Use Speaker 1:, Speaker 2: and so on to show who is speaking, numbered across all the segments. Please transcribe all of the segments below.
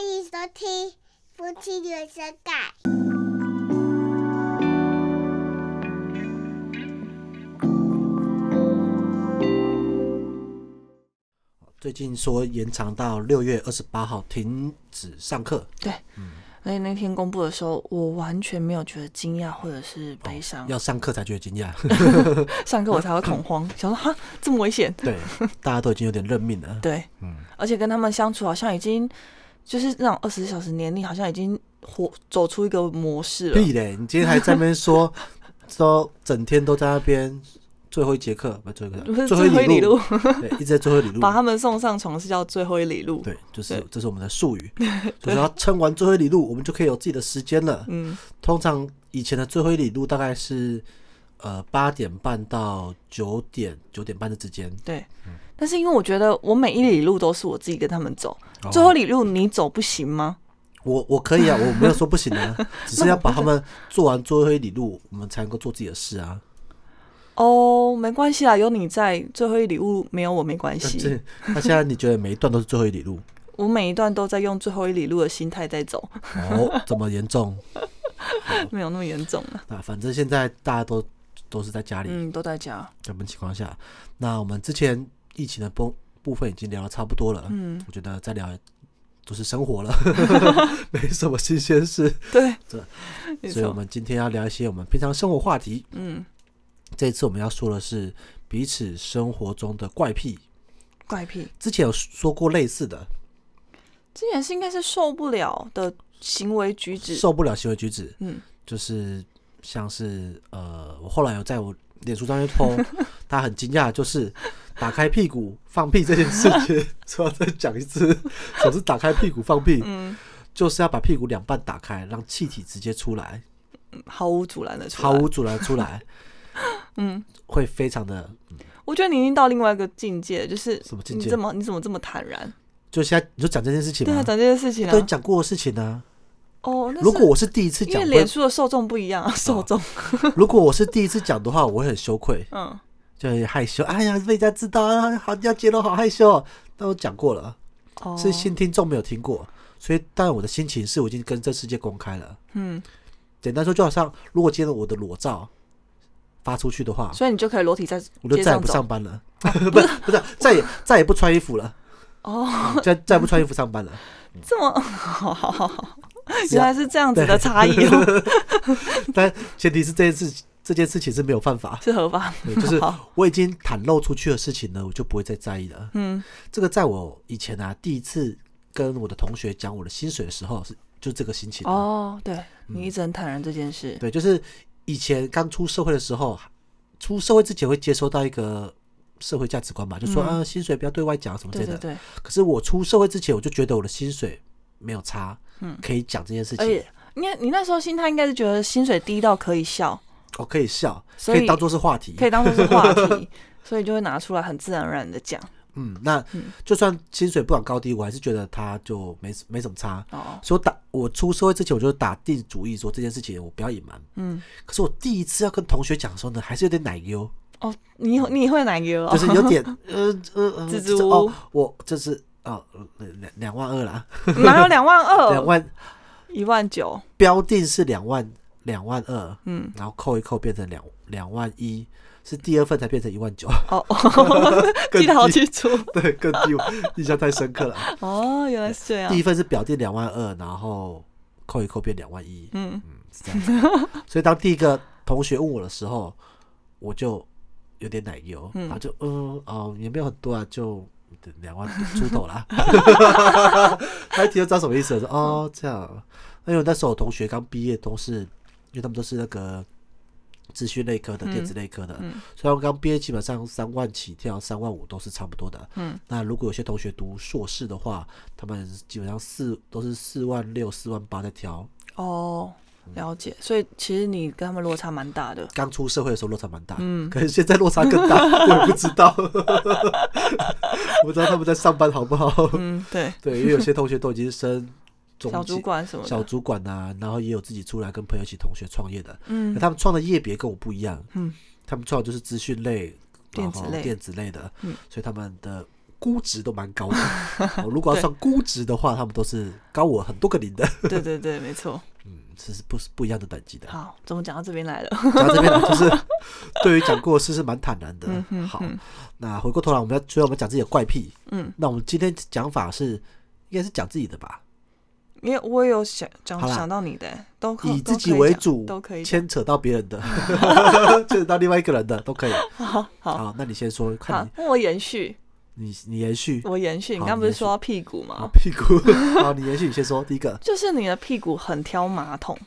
Speaker 1: 迎收听《夫妻原声带》。
Speaker 2: 最近说延长到六月二十八号停止上课，
Speaker 3: 对，而且那天公布的时候，我完全没有觉得惊讶或者是悲伤，
Speaker 2: 要上课才觉得惊 讶。
Speaker 3: 上课我才会恐慌， 想说哈这么危险，
Speaker 2: 对，大家都已经有点认命了。
Speaker 3: 对，而且跟他们相处好像已经就是那种二十小时年龄，好像已经活走出一个模式了。
Speaker 2: 屁嘞！你今天还在那边说，说整天都在那边最后一节课，不最后一
Speaker 3: 不
Speaker 2: 节
Speaker 3: 是
Speaker 2: 课，
Speaker 3: 最后
Speaker 2: 后
Speaker 3: 一
Speaker 2: 一
Speaker 3: 里
Speaker 2: 里
Speaker 3: 路，
Speaker 2: 对，一直在最后一里路。
Speaker 3: 把他们送上床是叫最后一里路。
Speaker 2: 对，就是
Speaker 3: 对
Speaker 2: 这是我们的术语，就是要撑完最后一里路，我们就可以有自己的时间了。
Speaker 3: 嗯，
Speaker 2: 通常以前的最后一里路大概是呃八点半到九点九点半的之间，
Speaker 3: 对。但是因为我觉得我每一里路都是我自己跟他们走，
Speaker 2: 哦
Speaker 3: 最后一里路你走不行吗？
Speaker 2: 我我可以啊，我没有说不行 啊，只是要把他们做完最后一里路，我们才能够做自己的事 啊。
Speaker 3: 哦，没关系啦，有你在，最后一里路没有我没关系。
Speaker 2: 这那现在你觉得每一段都是最后一里路？
Speaker 3: 我每一段都在用最后一里路的心态在走，
Speaker 2: 哦，这么严重？哦
Speaker 3: 没有那么严重了。
Speaker 2: 那反正现在大家都都是在家里，
Speaker 3: 嗯，都在家。
Speaker 2: 这种情况下，那我们之前疫情的部部分已经聊得差不多了，
Speaker 3: 嗯，
Speaker 2: 我觉得再聊都是生 活了，没什么新鲜事，
Speaker 3: 对
Speaker 2: 这，
Speaker 3: 没
Speaker 2: 所以我
Speaker 3: 错。
Speaker 2: 们今天要聊一些我们平常生活话题。
Speaker 3: 嗯，
Speaker 2: 这次我们要说的是彼此生活中的怪癖，
Speaker 3: 怪癖，
Speaker 2: 之前有说过类似的，
Speaker 3: 之前是应该是受不了的行为举止。
Speaker 2: 受不了行为举止，
Speaker 3: 嗯，
Speaker 2: 就是像是呃，我后来有在我脸书上面 po，他很惊讶，就是打开屁股放屁这件事 情，说要再讲一次，总是打开屁股放屁，
Speaker 3: 嗯，
Speaker 2: 就是要把屁股两半打开，让气体直接出来，
Speaker 3: 毫无阻拦的出来。
Speaker 2: 毫无阻拦地出来，
Speaker 3: 嗯，
Speaker 2: 会非常的，
Speaker 3: 我觉得你已经到另外一个境界，就是
Speaker 2: 什么境
Speaker 3: 你
Speaker 2: 界
Speaker 3: 怎么你怎么这么坦然？
Speaker 2: 就现在你就讲这件事情
Speaker 3: 对啊，
Speaker 2: 嘛，
Speaker 3: 讲这件事情啊
Speaker 2: 都。讲过的事情呢、
Speaker 3: 哦，那是
Speaker 2: 如果我是第一次
Speaker 3: 因
Speaker 2: 讲
Speaker 3: 为，
Speaker 2: 会哦
Speaker 3: 脸书的受众不一样啊，受众。
Speaker 2: 如果我是第一次讲的话，我会很羞愧。
Speaker 3: 嗯，
Speaker 2: 就很害羞。哎呀，被人家知道啊，好要揭露，好害羞、哦。但我讲过了，
Speaker 3: 哦，
Speaker 2: 是新听众没有听过，所以但我的心情是我已经跟这世界公开了。
Speaker 3: 嗯，
Speaker 2: 简单说，就好像如果今天我的裸照发出去的话，
Speaker 3: 所以你就可以裸体在
Speaker 2: 我就
Speaker 3: 街
Speaker 2: 再也
Speaker 3: 上
Speaker 2: 不
Speaker 3: 走。
Speaker 2: 上班了， 不是不是，再也再也不穿衣服了，
Speaker 3: 哦，
Speaker 2: 再再也不穿衣服上班了。
Speaker 3: 这么 好好好好，
Speaker 2: 只
Speaker 3: 原
Speaker 2: 要
Speaker 3: 来是这样子的差异哦。
Speaker 2: 但前提是这件事这件事情是没有犯法，
Speaker 3: 是合法，
Speaker 2: 对，就是
Speaker 3: 好
Speaker 2: 我已经袒露出去的事情呢，我就不会再在意了。
Speaker 3: 嗯
Speaker 2: 这个在我以前啊，第一次跟我的同学讲我的薪水的时候，是就这个心情、哦，
Speaker 3: 哦，对你一直很坦然这件事，
Speaker 2: 对，就是以前刚出社会的时候，出社会之前会接收到一个社会价值观嘛，就说、
Speaker 3: 嗯
Speaker 2: 啊，薪水不要对外讲什么之类
Speaker 3: 对
Speaker 2: 的。
Speaker 3: 对对，
Speaker 2: 可是我出社会之前，我就觉得我的薪水没有差，
Speaker 3: 嗯
Speaker 2: 可以讲这件事
Speaker 3: 而
Speaker 2: 情
Speaker 3: 且，应该你那时候心态应该是觉得薪水低到可 以笑，
Speaker 2: 我、哦可以笑，
Speaker 3: 所
Speaker 2: 可
Speaker 3: 以
Speaker 2: 以当做是话题
Speaker 3: 可。以当做是话题，所以就会拿出来很自然而然的 讲
Speaker 2: 嗯，那
Speaker 3: 嗯
Speaker 2: 就算薪水不管高低，我还是觉得它就没没什么差。
Speaker 3: 哦，
Speaker 2: 所以我打我出社会之前，我就打定主意说这件事情我不要隐瞒。
Speaker 3: 嗯，
Speaker 2: 可是我第一次要跟同学讲的时候呢，还是有点奶油，
Speaker 3: 哦，你
Speaker 2: 嗯
Speaker 3: 你会哪个哦？
Speaker 2: 就是有点呃 呃呃，
Speaker 3: 支
Speaker 2: 这
Speaker 3: 支吾吾
Speaker 2: 哦，我这是哦呃两两万二啦，
Speaker 3: 哪有两万
Speaker 2: 两
Speaker 3: 二，
Speaker 2: 万
Speaker 3: 一万九，
Speaker 2: 标定是两万两万二，
Speaker 3: 嗯，
Speaker 2: 然后扣一扣变成两两万一，是第二份才变成一万九，
Speaker 3: 哦，哦
Speaker 2: 更
Speaker 3: 记得好
Speaker 2: 低
Speaker 3: 清 楚，
Speaker 2: 对，更低，我印象太深刻了。
Speaker 3: 哦，原来是这样
Speaker 2: 第，一份是表定两万二，然后扣一扣变两万一，
Speaker 3: 嗯，
Speaker 2: 是这样子。所以当第一个同学问我的时候，我就有点奶油，
Speaker 3: 嗯
Speaker 2: 然后就嗯哦也没有很多啊，就两万出头 啦。他一听就知道什么意思了，说哦这样。因为那时候我同学刚毕业，都是因为他们都是那个资讯类科的、电子类科的，
Speaker 3: 嗯
Speaker 2: 所以他们刚毕业基本上三万起跳，三万五都是差不多的。
Speaker 3: 嗯，
Speaker 2: 那如果有些同学读硕士的话，他们基本上四都是四万六、四万八在挑。
Speaker 3: 哦，了解，所以其实你跟他们落差蛮大的，
Speaker 2: 刚出社会的时候落差蛮大，
Speaker 3: 嗯
Speaker 2: 可能现在落差更大，我也不知道， 我不知道他们在上班好不好。
Speaker 3: 嗯，对，
Speaker 2: 对，因为有些同学都已经升中
Speaker 3: 小主
Speaker 2: 级
Speaker 3: 管什么
Speaker 2: 小
Speaker 3: 的，
Speaker 2: 主管呐、然后也有自己出来跟朋友一起同学创业的，
Speaker 3: 嗯
Speaker 2: 可，他们创的业别跟我不一样，
Speaker 3: 嗯，
Speaker 2: 他们创的就是资讯类、
Speaker 3: 电子
Speaker 2: 然后
Speaker 3: 类
Speaker 2: 电子类的，
Speaker 3: 嗯
Speaker 2: 所以他们的估值都蛮 高的。哦、如果要算估值的话，他们都是高我很多个零的，
Speaker 3: 对对对，没错。
Speaker 2: 嗯，这是不是不一样的等级的。
Speaker 3: 好，怎么讲到这边来了？
Speaker 2: 讲到这边来，就是 对于讲过的事是蛮坦然的
Speaker 3: 嗯。哼
Speaker 2: 好，
Speaker 3: 哼
Speaker 2: 那回过头来，我们要虽然我们讲自己的怪癖，
Speaker 3: 嗯，
Speaker 2: 那我们今天讲法是应该是讲自己的吧，
Speaker 3: 因为我也有想讲
Speaker 2: 好啦
Speaker 3: 想到你的，都可
Speaker 2: 以
Speaker 3: 都
Speaker 2: 自己
Speaker 3: 可以
Speaker 2: 为
Speaker 3: 讲
Speaker 2: 主
Speaker 3: 都可以，讲。
Speaker 2: 牵扯到别人 的， 牵扯到另外一个人的都可以。
Speaker 3: 好好
Speaker 2: 好，那你先说，
Speaker 3: 好
Speaker 2: 看，
Speaker 3: 那我延续，
Speaker 2: 你你你延续
Speaker 3: 我延续。你
Speaker 2: 好
Speaker 3: 刚
Speaker 2: 你
Speaker 3: 不是
Speaker 2: 延续
Speaker 3: 说到屁股
Speaker 2: 啊
Speaker 3: 吗？
Speaker 2: 屁股，好，你延续，你先说第一个，
Speaker 3: 就是你的屁股很挑马桶，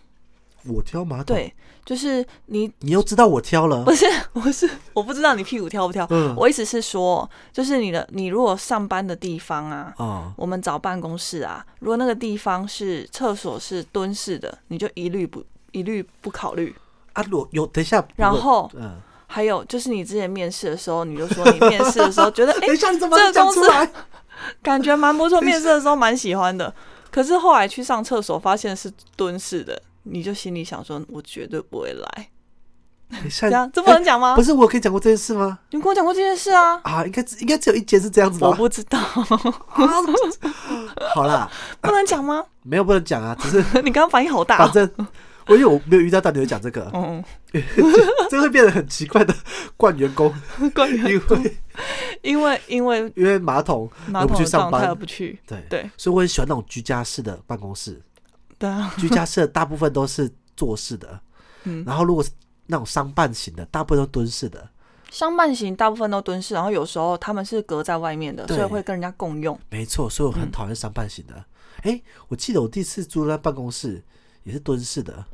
Speaker 2: 我挑马桶，
Speaker 3: 对，就是你
Speaker 2: 你又知道我挑了
Speaker 3: 不，是 不是，我不知道你屁股挑不挑。
Speaker 2: 嗯，
Speaker 3: 我意思是说，就是你的你如果上班的地方啊，
Speaker 2: 啊，
Speaker 3: 我们找办公室啊，如果那个地方是厕所是蹲式的，你就一律不一律不考虑。
Speaker 2: 啊，我有等一下，
Speaker 3: 然
Speaker 2: 我
Speaker 3: 后
Speaker 2: 嗯，
Speaker 3: 还有就是你之前面试的时候，你就说你面试的时候觉得 哎、
Speaker 2: 等一下，你怎么
Speaker 3: 这个
Speaker 2: 讲
Speaker 3: 公
Speaker 2: 出
Speaker 3: 司
Speaker 2: 来？
Speaker 3: 感觉蛮不错，
Speaker 2: 等一下
Speaker 3: 面试的时候蛮喜欢的。可是后来去上厕所发现是蹲式的，你就心里想说，我绝对不会来。
Speaker 2: 等一下
Speaker 3: 这样这不
Speaker 2: 哎
Speaker 3: 能讲吗？
Speaker 2: 不是我可以讲过这件事吗？
Speaker 3: 你跟我讲过这件事啊？
Speaker 2: 啊，应该只应该只有一间是这样子吧啊
Speaker 3: 我？不知道，
Speaker 2: 好啦，
Speaker 3: 不能讲吗？
Speaker 2: 没有不能讲啊，只 是
Speaker 3: 你刚刚反应好大、
Speaker 2: 反
Speaker 3: 哦。
Speaker 2: 正我因为我没有遇到到你会讲这个，
Speaker 3: 嗯，
Speaker 2: 这会变得很奇怪的 惯员工，
Speaker 3: 关
Speaker 2: 因
Speaker 3: 于
Speaker 2: 为
Speaker 3: 因为因为
Speaker 2: 因为马桶
Speaker 3: 马桶
Speaker 2: 去
Speaker 3: 的
Speaker 2: 上
Speaker 3: 状态
Speaker 2: 班
Speaker 3: 而不去，
Speaker 2: 对
Speaker 3: 对
Speaker 2: 所以我很喜欢那种居家式的办公 室，
Speaker 3: 对啊，
Speaker 2: 居家式的大部分都是坐式的，
Speaker 3: 嗯
Speaker 2: 然后如果是那种商办型的，大部分都蹲式的，
Speaker 3: 商办型大部分都蹲式，然后有时候他们是隔在外面的，
Speaker 2: 对
Speaker 3: 所以会跟人家共用。
Speaker 2: 没错，所以我很
Speaker 3: 嗯
Speaker 2: 讨厌商办型的。哎、我记得我第一次住在办公室也是蹲式的，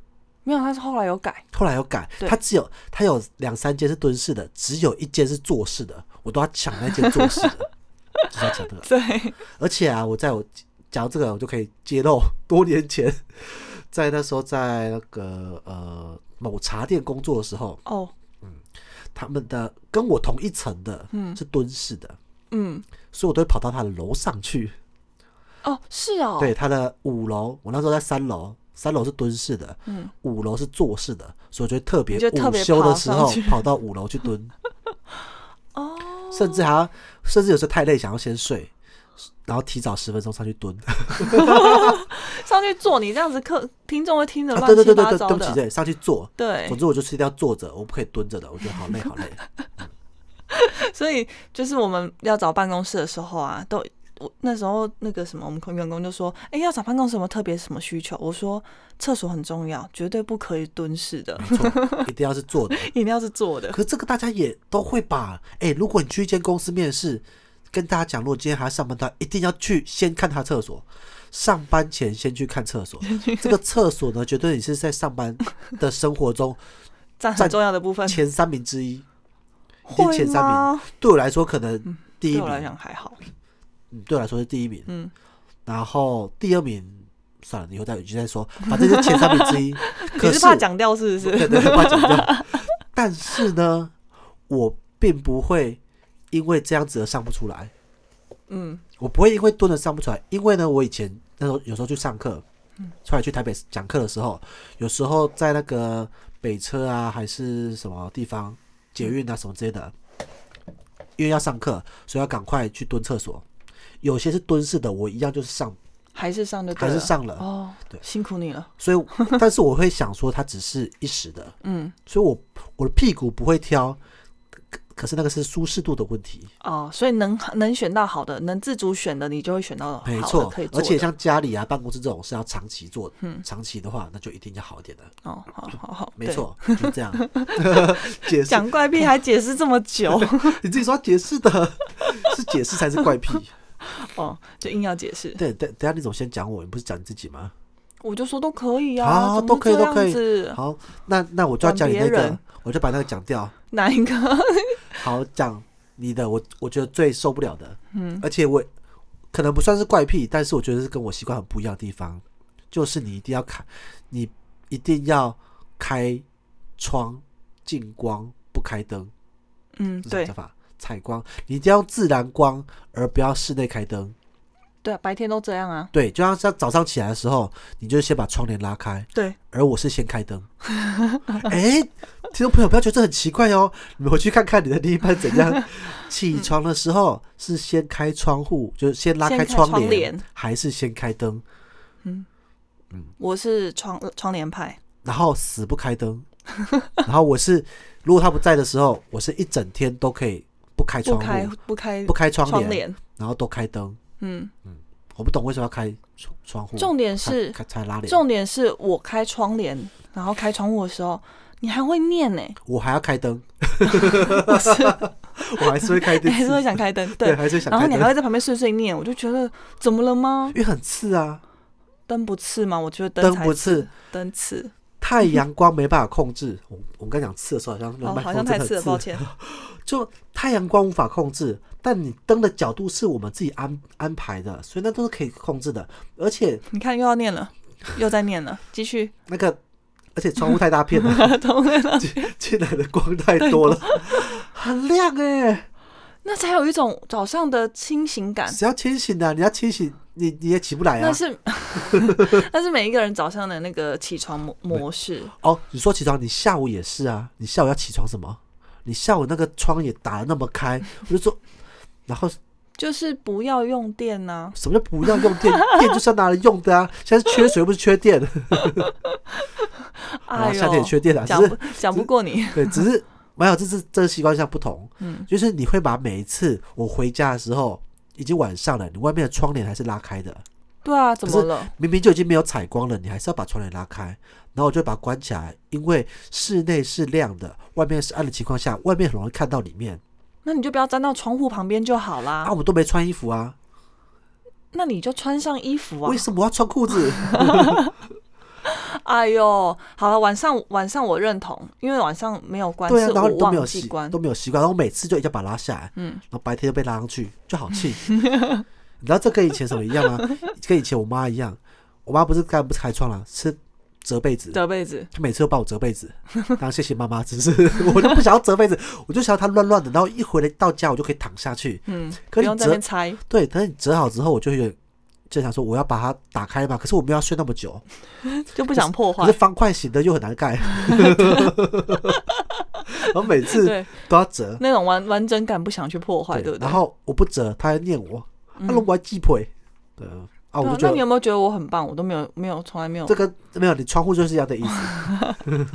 Speaker 3: 没有，他是后来有改，
Speaker 2: 后来有改，
Speaker 3: 对
Speaker 2: 它只有它有两三间是蹲式的，只有一间是坐式的，我都要抢那间坐式 的，就是要抢这个。
Speaker 3: 对，
Speaker 2: 而且啊，我在我讲到这个，我就可以揭露多年前， 在那时候在那个呃某茶店工作的时候，
Speaker 3: 哦，
Speaker 2: 他们的跟我同一层的
Speaker 3: 嗯
Speaker 2: 是蹲式的，
Speaker 3: 嗯，
Speaker 2: 所以我都会跑到他的楼上去。
Speaker 3: 哦，是哦，
Speaker 2: 对，他的五楼，我那时候在三楼，三楼是蹲式的，
Speaker 3: 嗯，
Speaker 2: 五楼是坐式的，所以我就会特别
Speaker 3: 你就特
Speaker 2: 午
Speaker 3: 别
Speaker 2: 休
Speaker 3: 跑
Speaker 2: 的时
Speaker 3: 上
Speaker 2: 候
Speaker 3: 去
Speaker 2: 跑到五楼去 蹲，
Speaker 3: 哦，
Speaker 2: 甚至还要，甚至有时候太累想要先睡，然后提早十分钟上去蹲。
Speaker 3: 上去坐，你这样子客听众会听得
Speaker 2: 啊，
Speaker 3: 乱
Speaker 2: 对对
Speaker 3: 七
Speaker 2: 对对
Speaker 3: 八
Speaker 2: 对，
Speaker 3: 糟
Speaker 2: 对不起，
Speaker 3: 的，
Speaker 2: 对，上去坐。
Speaker 3: 对
Speaker 2: 总，之我就是一定要坐着，我不可以蹲着的，我觉得好累好累。
Speaker 3: 所以就是我们要找办公室的时候啊，都我那时候那个什么，我们员工就说，哎、要找办公室有没有特别什么需求？我说厕所很重要，绝对不可以蹲式的，
Speaker 2: 没错，一定要是坐的。
Speaker 3: 一定要是坐的。
Speaker 2: 嗯可是这个大家也都会吧？哎、如果你去一间公司面试，跟大家讲，如果今天还要上班的话，一定要去先看他厕所。上班前先去看厕所，这个厕所呢，绝对你是在上班的生活中
Speaker 3: 占很
Speaker 2: 占
Speaker 3: 重要的部分，
Speaker 2: 前三名之一。定
Speaker 3: 会
Speaker 2: 前三名
Speaker 3: 吗？
Speaker 2: 对我来说，可能第一
Speaker 3: 嗯对
Speaker 2: 名
Speaker 3: 我，来讲还好，
Speaker 2: 嗯，对我来说是第一名。
Speaker 3: 嗯，
Speaker 2: 然后第二名算了，以后再有机会再说，反正是前三名之 一。可
Speaker 3: 你是怕讲掉是不是？
Speaker 2: 对对对，怕讲掉。但是呢，我并不会因为这样子而上不出来，
Speaker 3: 嗯，
Speaker 2: 我不会因为蹲着上不出来，因为呢，我以前那时候有时候去上课，出来去台北讲课的时候，有时候在那个北车啊，还是什么地方捷运啊什么之类的，因为要上课，所以要赶快去蹲厕所。有些是蹲式的，我一样就是上，
Speaker 3: 还是上就对
Speaker 2: 还是
Speaker 3: 了
Speaker 2: 上了，
Speaker 3: 哦，
Speaker 2: 对
Speaker 3: 辛苦你了，
Speaker 2: 所以，但是我会想说，它只是一时的，
Speaker 3: 嗯，
Speaker 2: 所以我我的屁股不会挑，可可是那个是舒适度的问题，
Speaker 3: 哦，所以能能选到好的，能自主选的，你就会选哦到好的
Speaker 2: 没错
Speaker 3: 可以。做
Speaker 2: 而且
Speaker 3: 的
Speaker 2: 像家里啊、办公室这种是要长期做的，
Speaker 3: 嗯
Speaker 2: 长期的话那就一定要好一点的，
Speaker 3: 哦，好好好，
Speaker 2: 没
Speaker 3: 对。
Speaker 2: 错，就这样。 解释
Speaker 3: 讲怪癖还解释这么久
Speaker 2: 你自己说要解释的， 是解释才是怪癖。
Speaker 3: 哦，就硬要解释，
Speaker 2: 对，等等一下你总先讲我，你不是讲你自己吗？
Speaker 3: 我就说都可以啊，
Speaker 2: 好
Speaker 3: 怎么
Speaker 2: 都可以
Speaker 3: 这样
Speaker 2: 都可以
Speaker 3: 子
Speaker 2: 好，那那我就要讲你那
Speaker 3: 管别
Speaker 2: 个
Speaker 3: 人，
Speaker 2: 我就把那个讲掉。
Speaker 3: 哪一个？
Speaker 2: 好，讲你的，我我觉得最受不了的，
Speaker 3: 嗯，
Speaker 2: 而且我可能不算是怪癖，但是我觉得是跟我习惯很不一样的地方，就是你一定要开，你一定要开窗进光，不开灯，
Speaker 3: 嗯，
Speaker 2: 这是什么
Speaker 3: 对
Speaker 2: 讲法？采光，你一定要用自然光，而不要室内开灯。
Speaker 3: 对啊，白天都这样啊，
Speaker 2: 对，就像像早上起来的时候，你就先把窗帘拉开，
Speaker 3: 对，
Speaker 2: 而我是先开灯。哎、听众朋友不要觉得这很奇怪哦，你们回去看看你的另一半怎 样。起床的时候是先开窗户，就是先拉
Speaker 3: 先
Speaker 2: 开
Speaker 3: 开
Speaker 2: 窗
Speaker 3: 窗
Speaker 2: 帘，
Speaker 3: 帘
Speaker 2: 还是先开灯？
Speaker 3: 我是窗呃窗帘派，
Speaker 2: 然后死不开灯， 然后我是如果他不在的时候，我是一整天都可以不开
Speaker 3: 不
Speaker 2: 窗
Speaker 3: 开
Speaker 2: 户，
Speaker 3: 不开
Speaker 2: 不开窗
Speaker 3: 窗
Speaker 2: 帘，
Speaker 3: 帘。
Speaker 2: 然后都开灯。
Speaker 3: 嗯，
Speaker 2: 我不懂为什么要开窗窗户，
Speaker 3: 重点
Speaker 2: 才
Speaker 3: 是
Speaker 2: 嗯开才拉帘，
Speaker 3: 重点是我开窗帘，然后开窗户的时候，你还会 念呢、
Speaker 2: 我还要开灯，
Speaker 3: 我是
Speaker 2: 我还是会 开
Speaker 3: 你
Speaker 2: 电
Speaker 3: 还
Speaker 2: 视
Speaker 3: 是，会想开灯，
Speaker 2: 对，
Speaker 3: 对。
Speaker 2: 还是会想
Speaker 3: 然后
Speaker 2: 开
Speaker 3: 你还
Speaker 2: 灯，
Speaker 3: 会在旁边碎碎念，我就觉得怎么了吗
Speaker 2: 因？为很刺啊，
Speaker 3: 灯不刺吗？我觉得
Speaker 2: 灯
Speaker 3: 才
Speaker 2: 不刺，
Speaker 3: 灯刺，
Speaker 2: 太阳光没办法控制。我我刚讲刺的时候，好像那
Speaker 3: 哦，
Speaker 2: 麦克风
Speaker 3: 好像
Speaker 2: 真
Speaker 3: 太
Speaker 2: 的
Speaker 3: 刺了，
Speaker 2: 很
Speaker 3: 抱
Speaker 2: 刺，
Speaker 3: 歉。
Speaker 2: 就太阳光无法控制，但你灯的角度是我们自己安安排的，所以那都是可以控制的。而且
Speaker 3: 你看又要念了，又在念了，继续。
Speaker 2: 那个，而且窗户太大片了，
Speaker 3: 同类了
Speaker 2: 进进来的光太多 了，很亮哎、
Speaker 3: 那才有一种早上的清醒感。
Speaker 2: 只要清醒啊的、你要清醒，你你也起不来啊
Speaker 3: 那。 是，那是每一个人早上的那个起床模模式。
Speaker 2: 哦，你说起床，你下午也是啊，你下午要起床什么？你下午那个窗也打得那么开，我就说， 然后
Speaker 3: 就是不要用电啊呐、
Speaker 2: 什么叫不要用电？电就是要拿来用的 啊！现在是缺水又不是缺电，
Speaker 3: 哎
Speaker 2: 啊，
Speaker 3: 呦，
Speaker 2: 夏天也缺电啊，只
Speaker 3: 讲
Speaker 2: 是
Speaker 3: 不讲不过你，
Speaker 2: 对，只是没有，这是这是习惯上不同。
Speaker 3: 嗯，
Speaker 2: 就是你会把每一次我回家的时候，已经晚上了，你外面的窗帘还是拉开的，
Speaker 3: 对啊，怎么了？
Speaker 2: 明明就已经没有采光了，你还是要把窗帘拉开，然后我就把它关起来，因为室内是亮的，外面是暗的情况下，外面很容易看到里面
Speaker 3: 那你就不要站到窗户旁边就好啦。
Speaker 2: 啊，我都没穿衣服啊，
Speaker 3: 那你就穿上衣服啊
Speaker 2: 为。什么我要穿裤子？
Speaker 3: 哎呦，好了，晚上晚上我认同，因为晚上没有关，
Speaker 2: 对啊
Speaker 3: 是，
Speaker 2: 然后
Speaker 3: 我
Speaker 2: 你都没
Speaker 3: 忘
Speaker 2: 有
Speaker 3: 记
Speaker 2: 习
Speaker 3: 关
Speaker 2: 都。没有习惯，然后我每次就一定要把它拉下来，
Speaker 3: 嗯
Speaker 2: 然后白天就被拉上去，就好 气。你知道这跟以前什么一样吗？跟以前我妈一样，我妈不是刚不是开窗了，是折被子，
Speaker 3: 折被子，
Speaker 2: 她每次都帮我折被子，然后谢谢妈妈，只是 我就不想要折被子，我就想要它乱乱的，然后一回来到家我就可以躺下去。
Speaker 3: 嗯，
Speaker 2: 可
Speaker 3: 不
Speaker 2: 你
Speaker 3: 用在
Speaker 2: 折
Speaker 3: 那边猜。
Speaker 2: 对，等你折好之后，我就有就想说我要把它打开嘛，可是我们要睡那么久，
Speaker 3: 就不想破
Speaker 2: 可是
Speaker 3: 坏。
Speaker 2: 方块型的又很难 盖， 然后每次
Speaker 3: 对，
Speaker 2: 都要 折，
Speaker 3: 那种完完整感不想去破坏，对不对？嗯
Speaker 2: 然后我不折，他还念我，他说我还鸡腿，对啊，啊，我就
Speaker 3: 对啊
Speaker 2: 觉
Speaker 3: 那你有
Speaker 2: 得
Speaker 3: 没有觉得我很棒？我都没有，没有，从来没有
Speaker 2: 这。个没有，你窗户就是要的意思，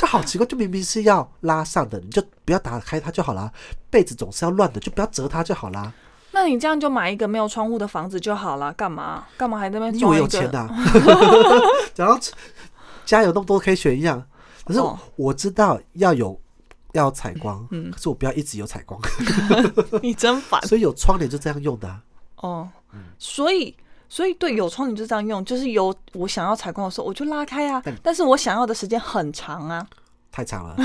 Speaker 2: 就好奇怪，就明明是要拉上的，你就不要打开它就好啦，被子总是要乱的，就不要折它就好啦。
Speaker 3: 那你这样就买一个没有窗户的房子就好了，干嘛？干嘛还在那
Speaker 2: 你
Speaker 3: 边
Speaker 2: 以为
Speaker 3: 装一
Speaker 2: 有
Speaker 3: 个？
Speaker 2: 钱啊呐、 然后家有那么多可以选一样，可是
Speaker 3: 哦
Speaker 2: 我知道要有要采光，
Speaker 3: 嗯
Speaker 2: 可是我不要一直有采 光，
Speaker 3: 你真 烦
Speaker 2: 所以有窗帘就这样用的啊、
Speaker 3: 哦。所以，所以对，有窗帘就这样用，就是有我想要采光的时候我就拉开啊
Speaker 2: 但，
Speaker 3: 但是我想要的时间很长啊。
Speaker 2: 太长 了，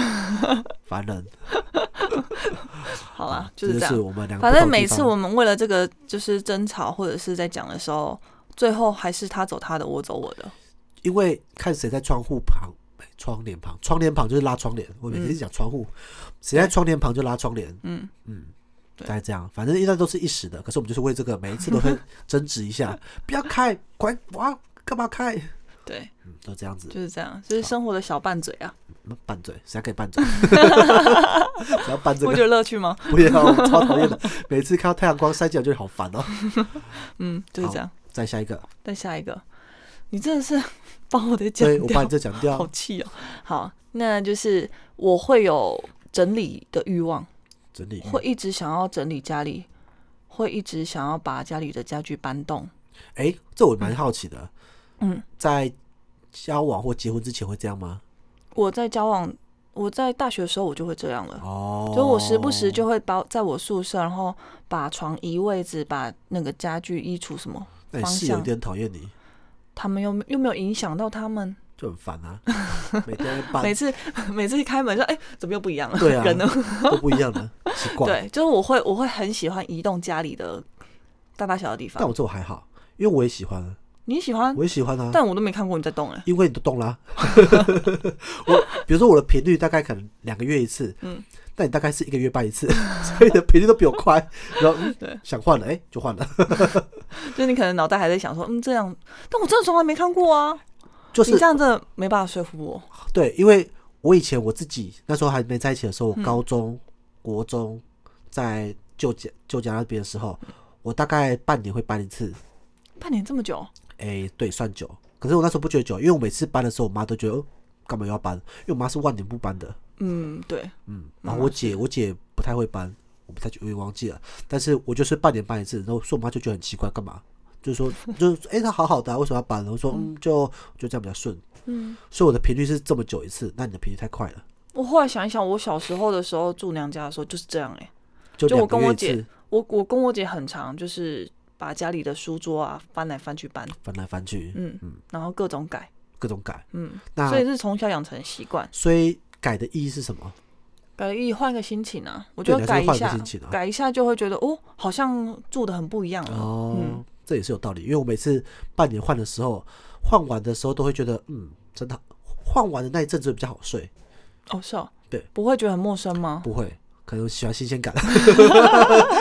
Speaker 2: 烦人。
Speaker 3: 好啦，
Speaker 2: 啊这
Speaker 3: 就是这
Speaker 2: 就是
Speaker 3: 样。
Speaker 2: 我们两个不同的地方。
Speaker 3: 反正每次我们为了这个就是争吵或者是在讲的时候，最后还是他走他的，我走我的。
Speaker 2: 因为看谁在窗户旁、哎窗帘旁，窗帘旁就是拉窗帘。我每天讲窗户，谁在窗帘旁就拉窗帘。
Speaker 3: 嗯
Speaker 2: 嗯，
Speaker 3: 对
Speaker 2: 大概这样。反正一般都是一时的，可是我们就是为这个每一次都会争执一 下，不要开，关哇，干嘛开？
Speaker 3: 对，
Speaker 2: 嗯，都这样子，
Speaker 3: 就是这样，就是生活的小拌嘴啊。
Speaker 2: 嗯拌嘴，谁还可以拌 嘴？ 只要拌这
Speaker 3: 我觉
Speaker 2: 个，
Speaker 3: 得乐趣吗？
Speaker 2: 不要，我超讨厌的。每次看到太阳光晒进来就好烦哦。
Speaker 3: 嗯，就是这样。
Speaker 2: 再下一个，
Speaker 3: 再下一个，你真的是 把我的讲
Speaker 2: 对我把
Speaker 3: 掉
Speaker 2: 你，这讲掉
Speaker 3: 好，气哦。好，那就是我会有整理的欲望，
Speaker 2: 整理欲。
Speaker 3: 会一直想要整理家里，会一直想要把家里的家具搬动。
Speaker 2: 哎、这我蛮好奇的。
Speaker 3: 嗯，
Speaker 2: 在交往或结婚之前会这样吗？
Speaker 3: 我在交往，我在大学的时候我就会这样了。
Speaker 2: 哦，
Speaker 3: 就我时不时就会把在我宿舍，然后把床移位置，把那个家具、衣橱什么，
Speaker 2: 那你
Speaker 3: 方
Speaker 2: 室友有
Speaker 3: 向
Speaker 2: 点讨厌你，
Speaker 3: 他们又又没有影响到他们。
Speaker 2: 就很烦 啊，每天在搬
Speaker 3: 每次 每次一开门说，哎、怎么又不一样了？
Speaker 2: 啊对啊
Speaker 3: 人呢？
Speaker 2: 都不一样的习惯。，
Speaker 3: 对，就是我会我会很喜欢移动家里的大大小小的地
Speaker 2: 但
Speaker 3: 方。
Speaker 2: 我这我还好，因为我也喜欢啊，
Speaker 3: 你喜欢，
Speaker 2: 我也喜欢啊，
Speaker 3: 但我都没看过你在动哎、
Speaker 2: 因为你都动啦、 我比如说我的频率大概可能两个月一次，
Speaker 3: 嗯，
Speaker 2: 但你大概是一个月半一次， 所以你的频率都比我快。然后、嗯
Speaker 3: 对
Speaker 2: 想换了，哎、就换了，
Speaker 3: 就是你可能脑袋还在想说，嗯，这样，但我真的从来没看过啊。
Speaker 2: 就
Speaker 3: 你
Speaker 2: 是
Speaker 3: 这样真的没办法说服我。
Speaker 2: 对，因为我以前我自己那时候还没在一起的时候，我
Speaker 3: 嗯
Speaker 2: 高中、国中在旧家旧家那边的时候，
Speaker 3: 嗯
Speaker 2: 我大概半年会搬一次，
Speaker 3: 半年这么久，
Speaker 2: 哎、对，算久。可是我那时候不觉得久，因为我每次搬的时候，我妈都觉得哦干嘛又要搬，因为我妈是万年不搬的，
Speaker 3: 嗯，对，
Speaker 2: 嗯，
Speaker 3: 妈
Speaker 2: 然后
Speaker 3: 妈
Speaker 2: 我姐我姐不太会搬，我不太我也忘记了，但是我就是半年搬一次，然后说我妈就觉得很奇怪，干嘛？就是 说，就是说哎，她、好好的、啊，为什么要搬？然后说，嗯，就就这样比较顺。
Speaker 3: 嗯，
Speaker 2: 所以我的频率是这么久一次，那你的频率太快了，
Speaker 3: 我后来想一想，我小时候的时候住娘家的时候就是这样哎、
Speaker 2: 就
Speaker 3: 就我
Speaker 2: 两个
Speaker 3: 跟我
Speaker 2: 月一
Speaker 3: 姐
Speaker 2: 次，
Speaker 3: 我我跟我姐很常就是把家里的书桌啊翻来翻去搬，
Speaker 2: 翻来翻去，
Speaker 3: 嗯
Speaker 2: 嗯，
Speaker 3: 然后各种改，
Speaker 2: 各种改。
Speaker 3: 嗯，
Speaker 2: 那
Speaker 3: 所以是从小养成习惯。
Speaker 2: 所以改的意义是什么？
Speaker 3: 改了一换个心情啊，我
Speaker 2: 对
Speaker 3: 觉
Speaker 2: 你
Speaker 3: 得
Speaker 2: 还
Speaker 3: 改
Speaker 2: 是
Speaker 3: 一
Speaker 2: 换个
Speaker 3: 下，
Speaker 2: 心情啊
Speaker 3: 改一下就会觉得哦，好像住的很不一样了。
Speaker 2: 哦，
Speaker 3: 嗯
Speaker 2: 这也是有道理，因为我每次半年换的时候，换完的时候都会觉得，嗯，真的好换完的那一阵子比较好睡，
Speaker 3: 哦，是哦，
Speaker 2: 对，
Speaker 3: 不会觉得很陌生吗？
Speaker 2: 不会， 可能喜欢新鲜感，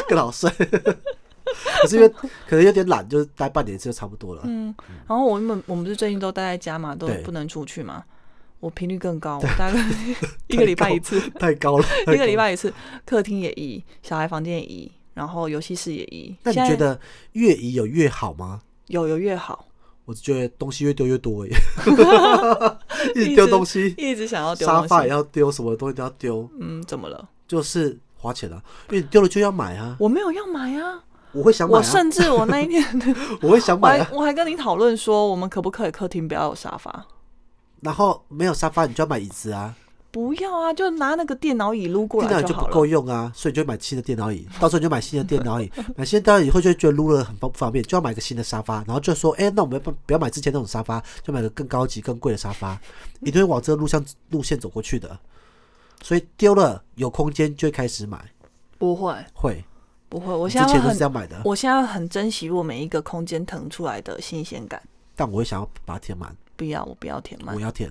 Speaker 2: 更好睡。可 是因为可能有点懒，就是待半年一次就差不多了。
Speaker 3: 嗯，然后我们我们不是最近都待在家嘛，都
Speaker 2: 对
Speaker 3: 不能出去嘛。我频率更高，我大 概一个礼拜一次，
Speaker 2: 太高 了，
Speaker 3: 一个
Speaker 2: 太
Speaker 3: 礼
Speaker 2: 高了。
Speaker 3: 拜一次，客厅也移，小孩房间也移，然后游戏室也移。
Speaker 2: 那你
Speaker 3: 现在
Speaker 2: 觉得越移有越好吗？
Speaker 3: 有有越好？
Speaker 2: 我只觉得东西越丢越多而 已，一直
Speaker 3: 一直
Speaker 2: 丢东西，
Speaker 3: 一直想要丢
Speaker 2: 沙
Speaker 3: 东
Speaker 2: 发也
Speaker 3: 西。
Speaker 2: 要丢，什么东西都要丢，
Speaker 3: 嗯，怎么了？
Speaker 2: 就是花钱啊，因为你丢了就要买啊，
Speaker 3: 我没有要买啊！
Speaker 2: 我会想买
Speaker 3: 我
Speaker 2: 啊，
Speaker 3: 甚至我那一 天，
Speaker 2: 我会想
Speaker 3: 我
Speaker 2: 买
Speaker 3: 还
Speaker 2: 啊，
Speaker 3: 我还跟你讨论说，我们可不可以客厅不要有沙发？
Speaker 2: 然后没有沙发你就要买椅子啊，
Speaker 3: 不要啊，就拿那个电脑椅撸过
Speaker 2: 电脑
Speaker 3: 来
Speaker 2: 椅就
Speaker 3: 好
Speaker 2: 不
Speaker 3: 了。
Speaker 2: 够用啊，所以你就买新的电脑椅，到时候你就买新的电脑 椅，买新的电脑椅后就觉得撸了很方不方便，就要买个新的沙发，然后就说，哎、那我们不不要买之前那种沙发，就买个更高级、更贵的沙 发，一定会往这个路上路线走过去的，所以丢了有空间就会开始买，
Speaker 3: 不会，
Speaker 2: 会。
Speaker 3: 不会，我
Speaker 2: 我
Speaker 3: 现在
Speaker 2: 之
Speaker 3: 会
Speaker 2: 前都是这
Speaker 3: 很，
Speaker 2: 样买的，
Speaker 3: 我现在很珍惜我每一个空间腾出来的新鲜感。
Speaker 2: 但我会想要把它填满，
Speaker 3: 不要，我不要填满
Speaker 2: 我。要填。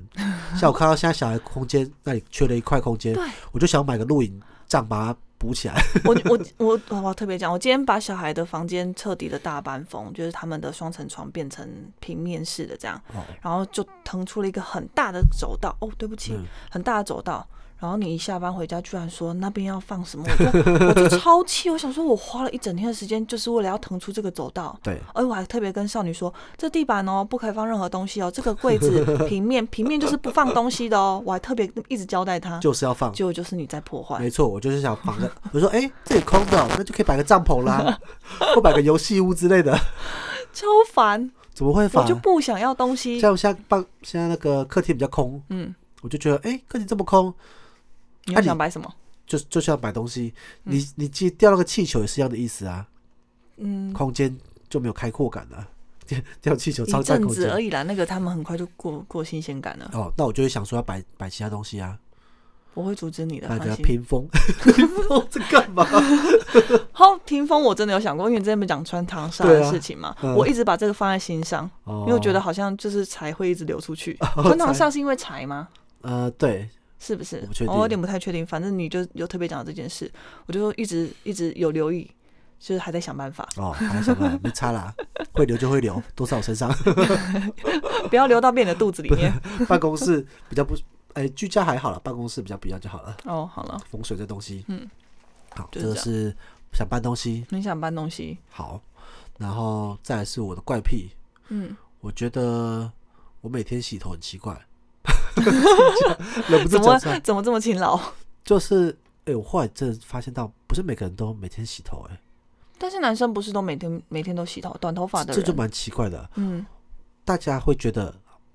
Speaker 2: 像我看到现在小孩空间那里缺了一块空间
Speaker 3: 对，
Speaker 2: 我就想买个露营帐把它补起来。
Speaker 3: 我我我我要特别讲，我今天把小孩的房间彻底的大搬风，就是他们的双层床变成平面式的这样，
Speaker 2: 哦，
Speaker 3: 然后就腾出了一个很大的走道。哦，对不起，
Speaker 2: 嗯
Speaker 3: 很大的走道。然后你一下班回家，居然说那边要放什么，我就我就超气。我想说，我花了一整天的时间，就是为了要腾出这个走道。
Speaker 2: 对，
Speaker 3: 而哎我还特别跟少女说，这地板哦不可以放任何东西哦，这个 柜子平面平面就是不放东西的哦。我还特别一直交代她，
Speaker 2: 就是要放。
Speaker 3: 结果就是你在破坏
Speaker 2: 没。错，我就是想绑个， 我说哎、这里空的哦，那就可以摆个帐篷 啦，或摆个游戏屋之类的，
Speaker 3: 超烦，
Speaker 2: 怎么会
Speaker 3: 我
Speaker 2: 反？
Speaker 3: 就不想要东西。
Speaker 2: 像像办现在那个客厅比较空，
Speaker 3: 嗯，
Speaker 2: 我就觉得哎、客厅这么空，
Speaker 3: 你
Speaker 2: 啊
Speaker 3: 又
Speaker 2: 你
Speaker 3: 想摆什么？
Speaker 2: 就就是要买东西。你你既掉那个气球也是一样的意思啊，
Speaker 3: 嗯，
Speaker 2: 空间就没有开阔感 了，掉掉气球超
Speaker 3: 一
Speaker 2: 占
Speaker 3: 阵
Speaker 2: 空
Speaker 3: 子
Speaker 2: 间
Speaker 3: 而。已啦，那个他们很快就过过新鲜感了。
Speaker 2: 哦，那我就会想说要摆摆其他东西啊，
Speaker 3: 我会阻止你的，
Speaker 2: 摆
Speaker 3: 放
Speaker 2: 个
Speaker 3: 心。
Speaker 2: 屏风， 屏风这干嘛？
Speaker 3: 好，屏风我真的有想过，因为你之前不是讲穿堂纱
Speaker 2: 对
Speaker 3: 的
Speaker 2: 啊
Speaker 3: 事情嘛，
Speaker 2: 嗯
Speaker 3: 我一直把这个放在心上，
Speaker 2: 哦
Speaker 3: 因为我觉得好像就是柴会一直流出去。穿堂纱是因为柴吗？
Speaker 2: 呃，对，
Speaker 3: 是不是
Speaker 2: 我不确？定
Speaker 3: 我有点不太确定，反正你就有特别讲到这件事，我就一直一直有留意，就是还在想办法，
Speaker 2: 哦，还想办法，没差啦，会留就会留，多少我身上。
Speaker 3: 不要流到变你的肚子里 面。
Speaker 2: 办公室比较不，哎、居家还好了，办公室比较不一样就好了。
Speaker 3: 哦，好了，
Speaker 2: 风水这东西，
Speaker 3: 嗯，
Speaker 2: 好，
Speaker 3: 就
Speaker 2: 这
Speaker 3: 是
Speaker 2: 个
Speaker 3: 这样
Speaker 2: 是想搬东西，
Speaker 3: 你想搬东西，
Speaker 2: 好，然后再来是我的怪癖，
Speaker 3: 嗯，
Speaker 2: 我觉得我每天洗头很奇 怪，忍不住
Speaker 3: 怎
Speaker 2: 讲
Speaker 3: 么
Speaker 2: 出来，
Speaker 3: 怎么这么勤劳？
Speaker 2: 就是，哎、我后来真的发现到，不是每个人都每天洗头、
Speaker 3: 但是男生不是都每天每天都洗头，短头发
Speaker 2: 哎，
Speaker 3: 的
Speaker 2: 这这就
Speaker 3: 人，
Speaker 2: 蛮奇怪的，
Speaker 3: 嗯，
Speaker 2: 大家会觉得，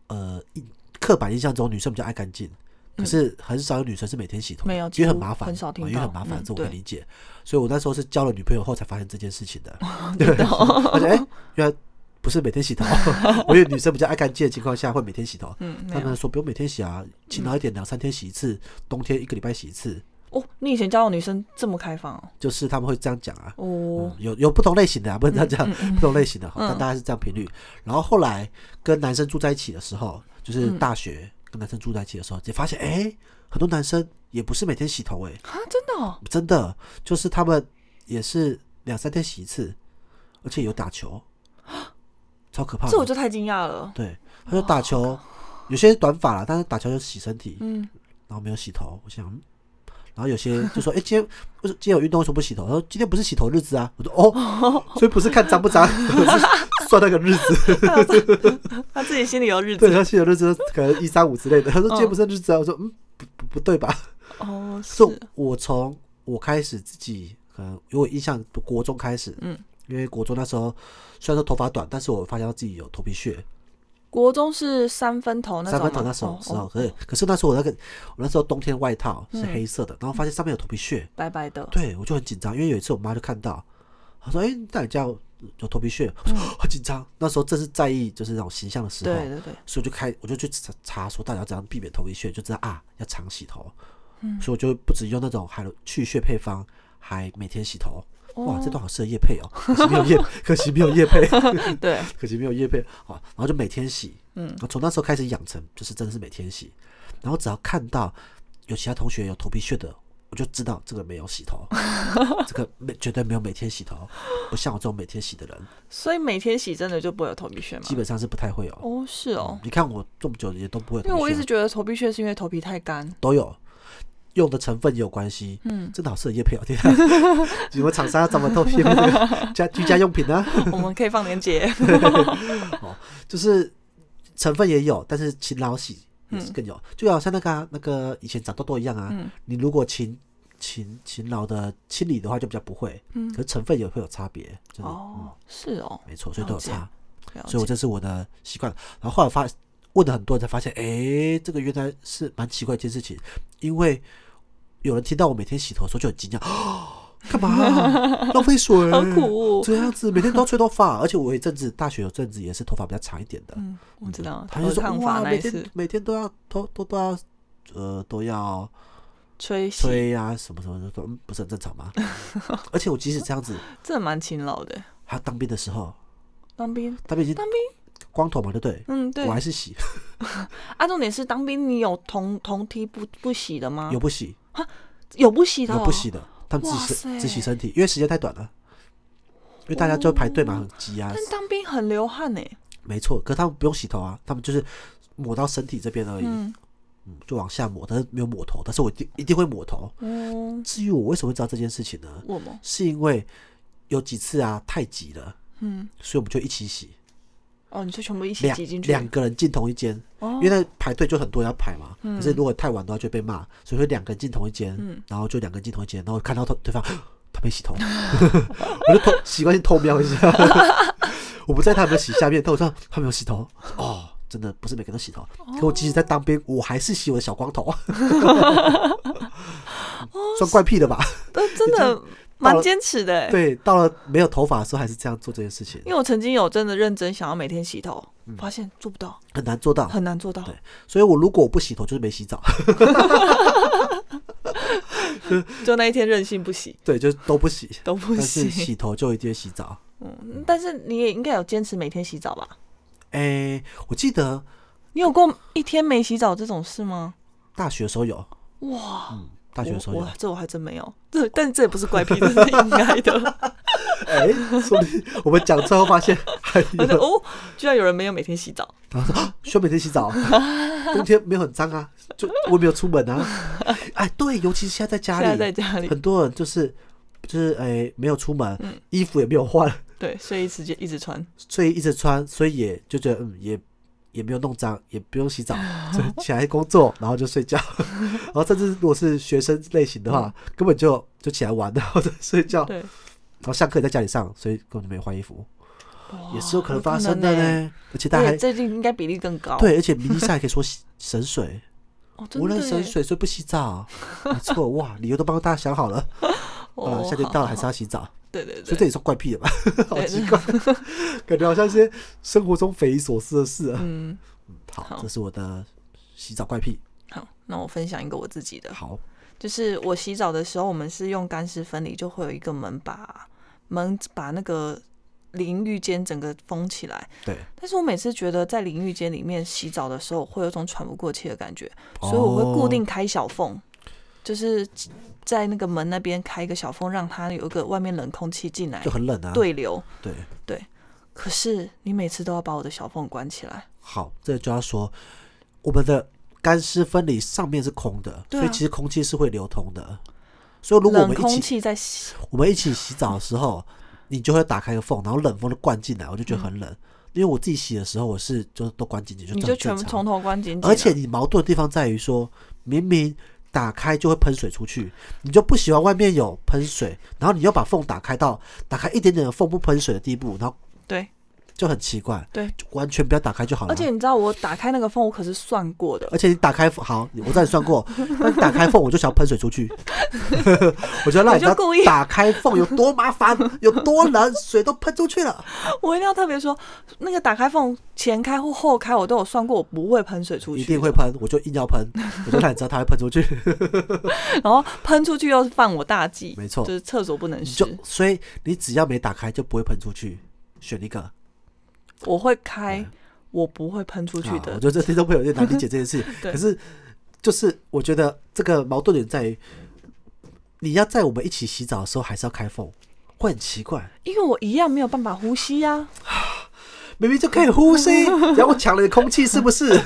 Speaker 2: 呃，一刻板印象中女生比较爱干净，可是很少有女生是每天洗头的，
Speaker 3: 嗯没有
Speaker 2: 因为
Speaker 3: 几乎
Speaker 2: 很麻烦，
Speaker 3: 很少听
Speaker 2: 啊
Speaker 3: 到
Speaker 2: 因为很麻烦，
Speaker 3: 嗯
Speaker 2: 这我可以
Speaker 3: 对
Speaker 2: 理解。所以我那时候是交了女朋友后才发现这件事情 的，对，
Speaker 3: 真的哦
Speaker 2: 而且哎，原来不是每天洗头， 我以为女生比较爱干净的情况下会每天洗头。
Speaker 3: 嗯，没
Speaker 2: 他
Speaker 3: 有
Speaker 2: 们说不用每天洗啊，勤劳一点，两三天洗一次，冬天一个礼拜洗一次，
Speaker 3: 哦，你以前交往女生这么开放哦
Speaker 2: 就是他们会这样讲啊。嗯
Speaker 3: 哦，
Speaker 2: 有有不同类型的啊，不能这样讲，
Speaker 3: 嗯嗯嗯
Speaker 2: 不同类型的，但
Speaker 3: 嗯
Speaker 2: 大概是这样频率。然后后来跟男生住在一起的时候，就是
Speaker 3: 嗯
Speaker 2: 大学跟男生住在一起的时候，就发现哎、诶很多男生也不是每天洗头、诶，
Speaker 3: 啊，真的哦，
Speaker 2: 真的就是他们也是两三天洗一次，而且有打球，超可怕
Speaker 3: 这我
Speaker 2: 的。
Speaker 3: 就太惊讶了。
Speaker 2: 对，他说打球，有些短发啦，但是打球就洗身体，
Speaker 3: 嗯，
Speaker 2: 然后没有洗头，我想。嗯然后有些就说：“哎、今天为什么今天有运动，为什么不洗头？”他说：“今天不是洗头日子啊。”我说：“哦， 所以不是看脏不脏， 是算那个日子。”
Speaker 3: 他自己心里有日
Speaker 2: 对，
Speaker 3: 子
Speaker 2: 他写的日子可能一三五之类的。他说今天不是日子啊，我说嗯，不不不对吧？
Speaker 3: 哦，是
Speaker 2: 所以我从我开始自己，可能因为我印象国中开始，
Speaker 3: 嗯，
Speaker 2: 因为国中那时候虽然说头发短，但是我发现到自己有头皮屑，
Speaker 3: 国中是三分头那种
Speaker 2: 三
Speaker 3: 吗，
Speaker 2: 分头那时候时候，
Speaker 3: 哦嗯
Speaker 2: 可是可是那时候我那个我那时候冬天外套是黑色的，然后发现上面有头皮屑，
Speaker 3: 白白的，
Speaker 2: 对我就很紧张，因为有一次我妈就看到，她说：“哎，那你家有有头皮屑？”我说：“很紧张。”那时候正是在意就是那种形嗯象的时候，
Speaker 3: 对对对，
Speaker 2: 所以我就开，我就去查查说到底要怎样避免头皮屑，就知道啊要常洗头，所以我就不止用那种海螺去屑配方，还每天洗头。哇，这段好适合叶配哦，可惜没有叶， 可惜没有叶配，
Speaker 3: 对，
Speaker 2: 可惜没有叶配好，然后就每天洗，嗯，从那时候开始养成，就是真的是每天洗，然后只要看到有其他同学有头皮屑的，我就知道这个没有洗 头，这个没绝对没有每天洗头，不像我这种每天洗的人，
Speaker 3: 所以每天洗真的就不会有头皮屑吗
Speaker 2: 基？本上是不太会有。
Speaker 3: 哦，是哦，
Speaker 2: 你看我这么久也都不会有头皮屑啊，
Speaker 3: 因为我一直觉得头皮屑是因为头皮太 干，
Speaker 2: 都有，用的成分也有关系。嗯，真的好适合叶配哦！天啊， 你们厂商要怎么都配这个家居家用品啊呢、
Speaker 3: 我们可以放 链接。
Speaker 2: 就是成分也有，但是勤劳洗也是更有，就好像那个啊、那个以前长痘痘一样啊。
Speaker 3: 嗯
Speaker 2: 你如果勤勤勤劳的清理的话，就比较不会。
Speaker 3: 嗯
Speaker 2: 可是成分也会有差别，就是、嗯、
Speaker 3: 哦，是哦，
Speaker 2: 没错，所以都有
Speaker 3: 了解
Speaker 2: 差。
Speaker 3: 了
Speaker 2: 所以我
Speaker 3: 解。
Speaker 2: 这是我的习惯。然后后来发问了很多人，才发现，哎，这个原来是蛮奇怪一件事情，因为有人听到我每天洗头的时候就很惊 讶，哦、干嘛啊浪费水，
Speaker 3: 很苦哦
Speaker 2: 这样子每天都要吹头发，而且我有一阵子大学有阵子也是头发比较长一点的，
Speaker 3: 嗯，我知道，
Speaker 2: 他就说
Speaker 3: 烫发
Speaker 2: 哇，
Speaker 3: 那
Speaker 2: 每
Speaker 3: 一次
Speaker 2: 天每天都要都都都要。呃，都要
Speaker 3: 吹洗，
Speaker 2: 吹啊，什么什么的，嗯，不是很正常 吗？而且我即使这样子，
Speaker 3: 这蛮勤劳的。
Speaker 2: 还有当兵的时候，
Speaker 3: 当兵，
Speaker 2: 当兵已经
Speaker 3: 当兵，
Speaker 2: 光头嘛，对不对？
Speaker 3: 嗯，对
Speaker 2: 我。还是洗，
Speaker 3: 啊，重点是当兵，你有同同梯不不洗的吗？
Speaker 2: 有不洗，
Speaker 3: 有不啊洗的哦，
Speaker 2: 有不洗的，他们自
Speaker 3: 哇
Speaker 2: 己身
Speaker 3: 塞
Speaker 2: 自洗身体，因为时间太短了，因为大家就排队嘛，很急啊
Speaker 3: 哦但，当兵很流汗欸呢。
Speaker 2: 没错。可是他们不用洗头啊，他们就是抹到身体这边而已，嗯
Speaker 3: 嗯，
Speaker 2: 就往下抹，但是没有抹头，但是我一定一定会抹头。
Speaker 3: 哦，
Speaker 2: 至于我为什么会知道这件事情呢？
Speaker 3: 我吗？
Speaker 2: 是因为有几次啊太急了，
Speaker 3: 嗯，
Speaker 2: 所以我们就一起洗，
Speaker 3: 哦，你就全部一起
Speaker 2: 两
Speaker 3: 挤进去。
Speaker 2: 两个人进同一间，
Speaker 3: 哦嗯
Speaker 2: 因为那排队就很多人要排嘛，可是如果太晚的话就会被骂，所以会两个人进同一间，然后就两个人进同一间，然后看到他对方 他没洗 头， 我就偷习惯性偷瞄一下， 我不在他有没有洗下面，但我知道他没有洗头，哦，真的不是每个人都洗头，
Speaker 3: 哦
Speaker 2: 可我即使在当兵，我还是洗我的小光头，
Speaker 3: 哦
Speaker 2: 算怪癖的 吧？
Speaker 3: 呃，真的蛮坚持的欸。
Speaker 2: 对，到了没有头发的时候还是这样做这件事情
Speaker 3: 因，为我曾经有真的认真想要每天洗头，
Speaker 2: 嗯
Speaker 3: 发现做不到，
Speaker 2: 很难做到。
Speaker 3: 很难做到。
Speaker 2: 所以我如果我不洗头，就是没洗 澡，
Speaker 3: 就那一天任性不洗，
Speaker 2: 对，就是都不洗。
Speaker 3: 都不
Speaker 2: 但是
Speaker 3: 洗。
Speaker 2: 洗头就一定会洗澡，
Speaker 3: 嗯，但是你也应该有坚持每天洗澡吧？
Speaker 2: 诶，我记得
Speaker 3: 你有过一天没洗澡这种事吗？
Speaker 2: 大学的时候有，
Speaker 3: 哇，
Speaker 2: 嗯，大学的时候
Speaker 3: 我
Speaker 2: 有
Speaker 3: 我，这我还真没有，这但这也不是怪癖，这是应 该的。
Speaker 2: 哎、说不定我们讲之后发 现还
Speaker 3: 我就
Speaker 2: 有，
Speaker 3: 哦，居然有人没有每天洗澡，
Speaker 2: 然后说啊需要每天洗 澡，冬天没有很脏啊，就我没有出门啊，哎，对，尤其是现在在家
Speaker 3: 现
Speaker 2: 里，
Speaker 3: 在在家里，
Speaker 2: 很多人就是就是哎、没有出门，
Speaker 3: 嗯
Speaker 2: 衣服也没有换，
Speaker 3: 对，睡衣直接一直穿，
Speaker 2: 所以一直穿，所以也就觉得嗯也。也没有弄脏，也不用洗 澡，就起来工作，然后就睡觉， 然后甚至如果是学生类型的话，根本就就起来玩，然后再睡觉，
Speaker 3: 嗯对，
Speaker 2: 然后上课也在家里上，所以根本就没有换衣服，也是有可能发生
Speaker 3: 哦有
Speaker 2: 的
Speaker 3: 可能
Speaker 2: 呢。而且大家
Speaker 3: 欸对，
Speaker 2: 还
Speaker 3: 最近应该比例更高。，
Speaker 2: 对，而且迷离赛还可以说洗省水，
Speaker 3: 哦，真
Speaker 2: 无论
Speaker 3: 的
Speaker 2: 省
Speaker 3: 耶，
Speaker 2: 水，所以不洗澡。没错，哇，理由都帮大家想好了。
Speaker 3: 哦
Speaker 2: 呃，，夏天到了还
Speaker 3: 好，
Speaker 2: 是要洗澡，
Speaker 3: 对对
Speaker 2: 所以
Speaker 3: 对
Speaker 2: 这，也算怪癖了吧？ 好
Speaker 3: 对
Speaker 2: 奇
Speaker 3: 对
Speaker 2: 怪，感觉好像一些生活中匪夷所思的事啊。
Speaker 3: 嗯，
Speaker 2: 好，
Speaker 3: 好
Speaker 2: 这是我的洗澡怪癖。
Speaker 3: 好，那我分享一个我自己的，
Speaker 2: 好，
Speaker 3: 就是我洗澡的时候，我们是用干湿分离，就会有一个门把门把那个淋浴间整个封起来。
Speaker 2: 对，
Speaker 3: 但是我每次觉得在淋浴间里面洗澡的时候，会有种喘不过气的感觉，所以我会固定
Speaker 2: 哦
Speaker 3: 开小缝，就是在那个门那边开一个小缝，让它有一个外面冷空气进来
Speaker 2: 就很冷啊。
Speaker 3: 对流。
Speaker 2: 对，
Speaker 3: 可是你每次都要把我的小缝关起来，
Speaker 2: 好，这就要说我们的干湿分离上面是空的，
Speaker 3: 对啊
Speaker 2: 所以其实空气是会流通的。所以如果我
Speaker 3: 冷
Speaker 2: 们一
Speaker 3: 空
Speaker 2: 起
Speaker 3: 气在吸，
Speaker 2: 我们一起洗澡的时候，你就会打开个缝，然后冷风就灌进来，我就觉得很冷。因为我自己洗的时候，我是就都关紧紧，就
Speaker 3: 嗯你
Speaker 2: 这
Speaker 3: 就
Speaker 2: 样正
Speaker 3: 全部
Speaker 2: 常
Speaker 3: 从头关紧紧的，
Speaker 2: 而且你矛盾的地方在于说，明明打开就会喷水出去，你就不喜欢外面有喷水，然后你又把缝打开到打开一点点的缝不喷水的地步，然后
Speaker 3: 对
Speaker 2: 就很奇怪，
Speaker 3: 对，
Speaker 2: 就完全不要打开就好了。
Speaker 3: 而且你知道我打开那个缝，我可是算过的，
Speaker 2: 而且你打开好，我再算过，那你打开缝我就想喷水出 去，我就要让你知
Speaker 3: 我就故意
Speaker 2: 道打开缝有多麻 烦，有多难，水都喷出去了。
Speaker 3: 我一定要特别说，那个打开缝前开或后开，我都有算过，我不会喷水出去，
Speaker 2: 一定会。喷，我就硬要 喷，我就让你知道它会喷出去。
Speaker 3: 然后喷出去又是犯我大忌，
Speaker 2: 没错
Speaker 3: 就是厕所不能
Speaker 2: 你就
Speaker 3: 湿。
Speaker 2: 所以你只要没打开就不会喷出去，选一个。
Speaker 3: 我会开，我不会喷出去
Speaker 2: 啊
Speaker 3: 的
Speaker 2: 我。觉得这听众朋友有点难理解这件事情
Speaker 3: 。对
Speaker 2: 可是就是我觉得这个矛盾点在于，你要在我们一起洗澡的时候还是要开缝，会很奇怪。
Speaker 3: 因为我一样没有办法呼吸啊呀、
Speaker 2: 明明就可以呼吸，然后我抢了你空气，是不是？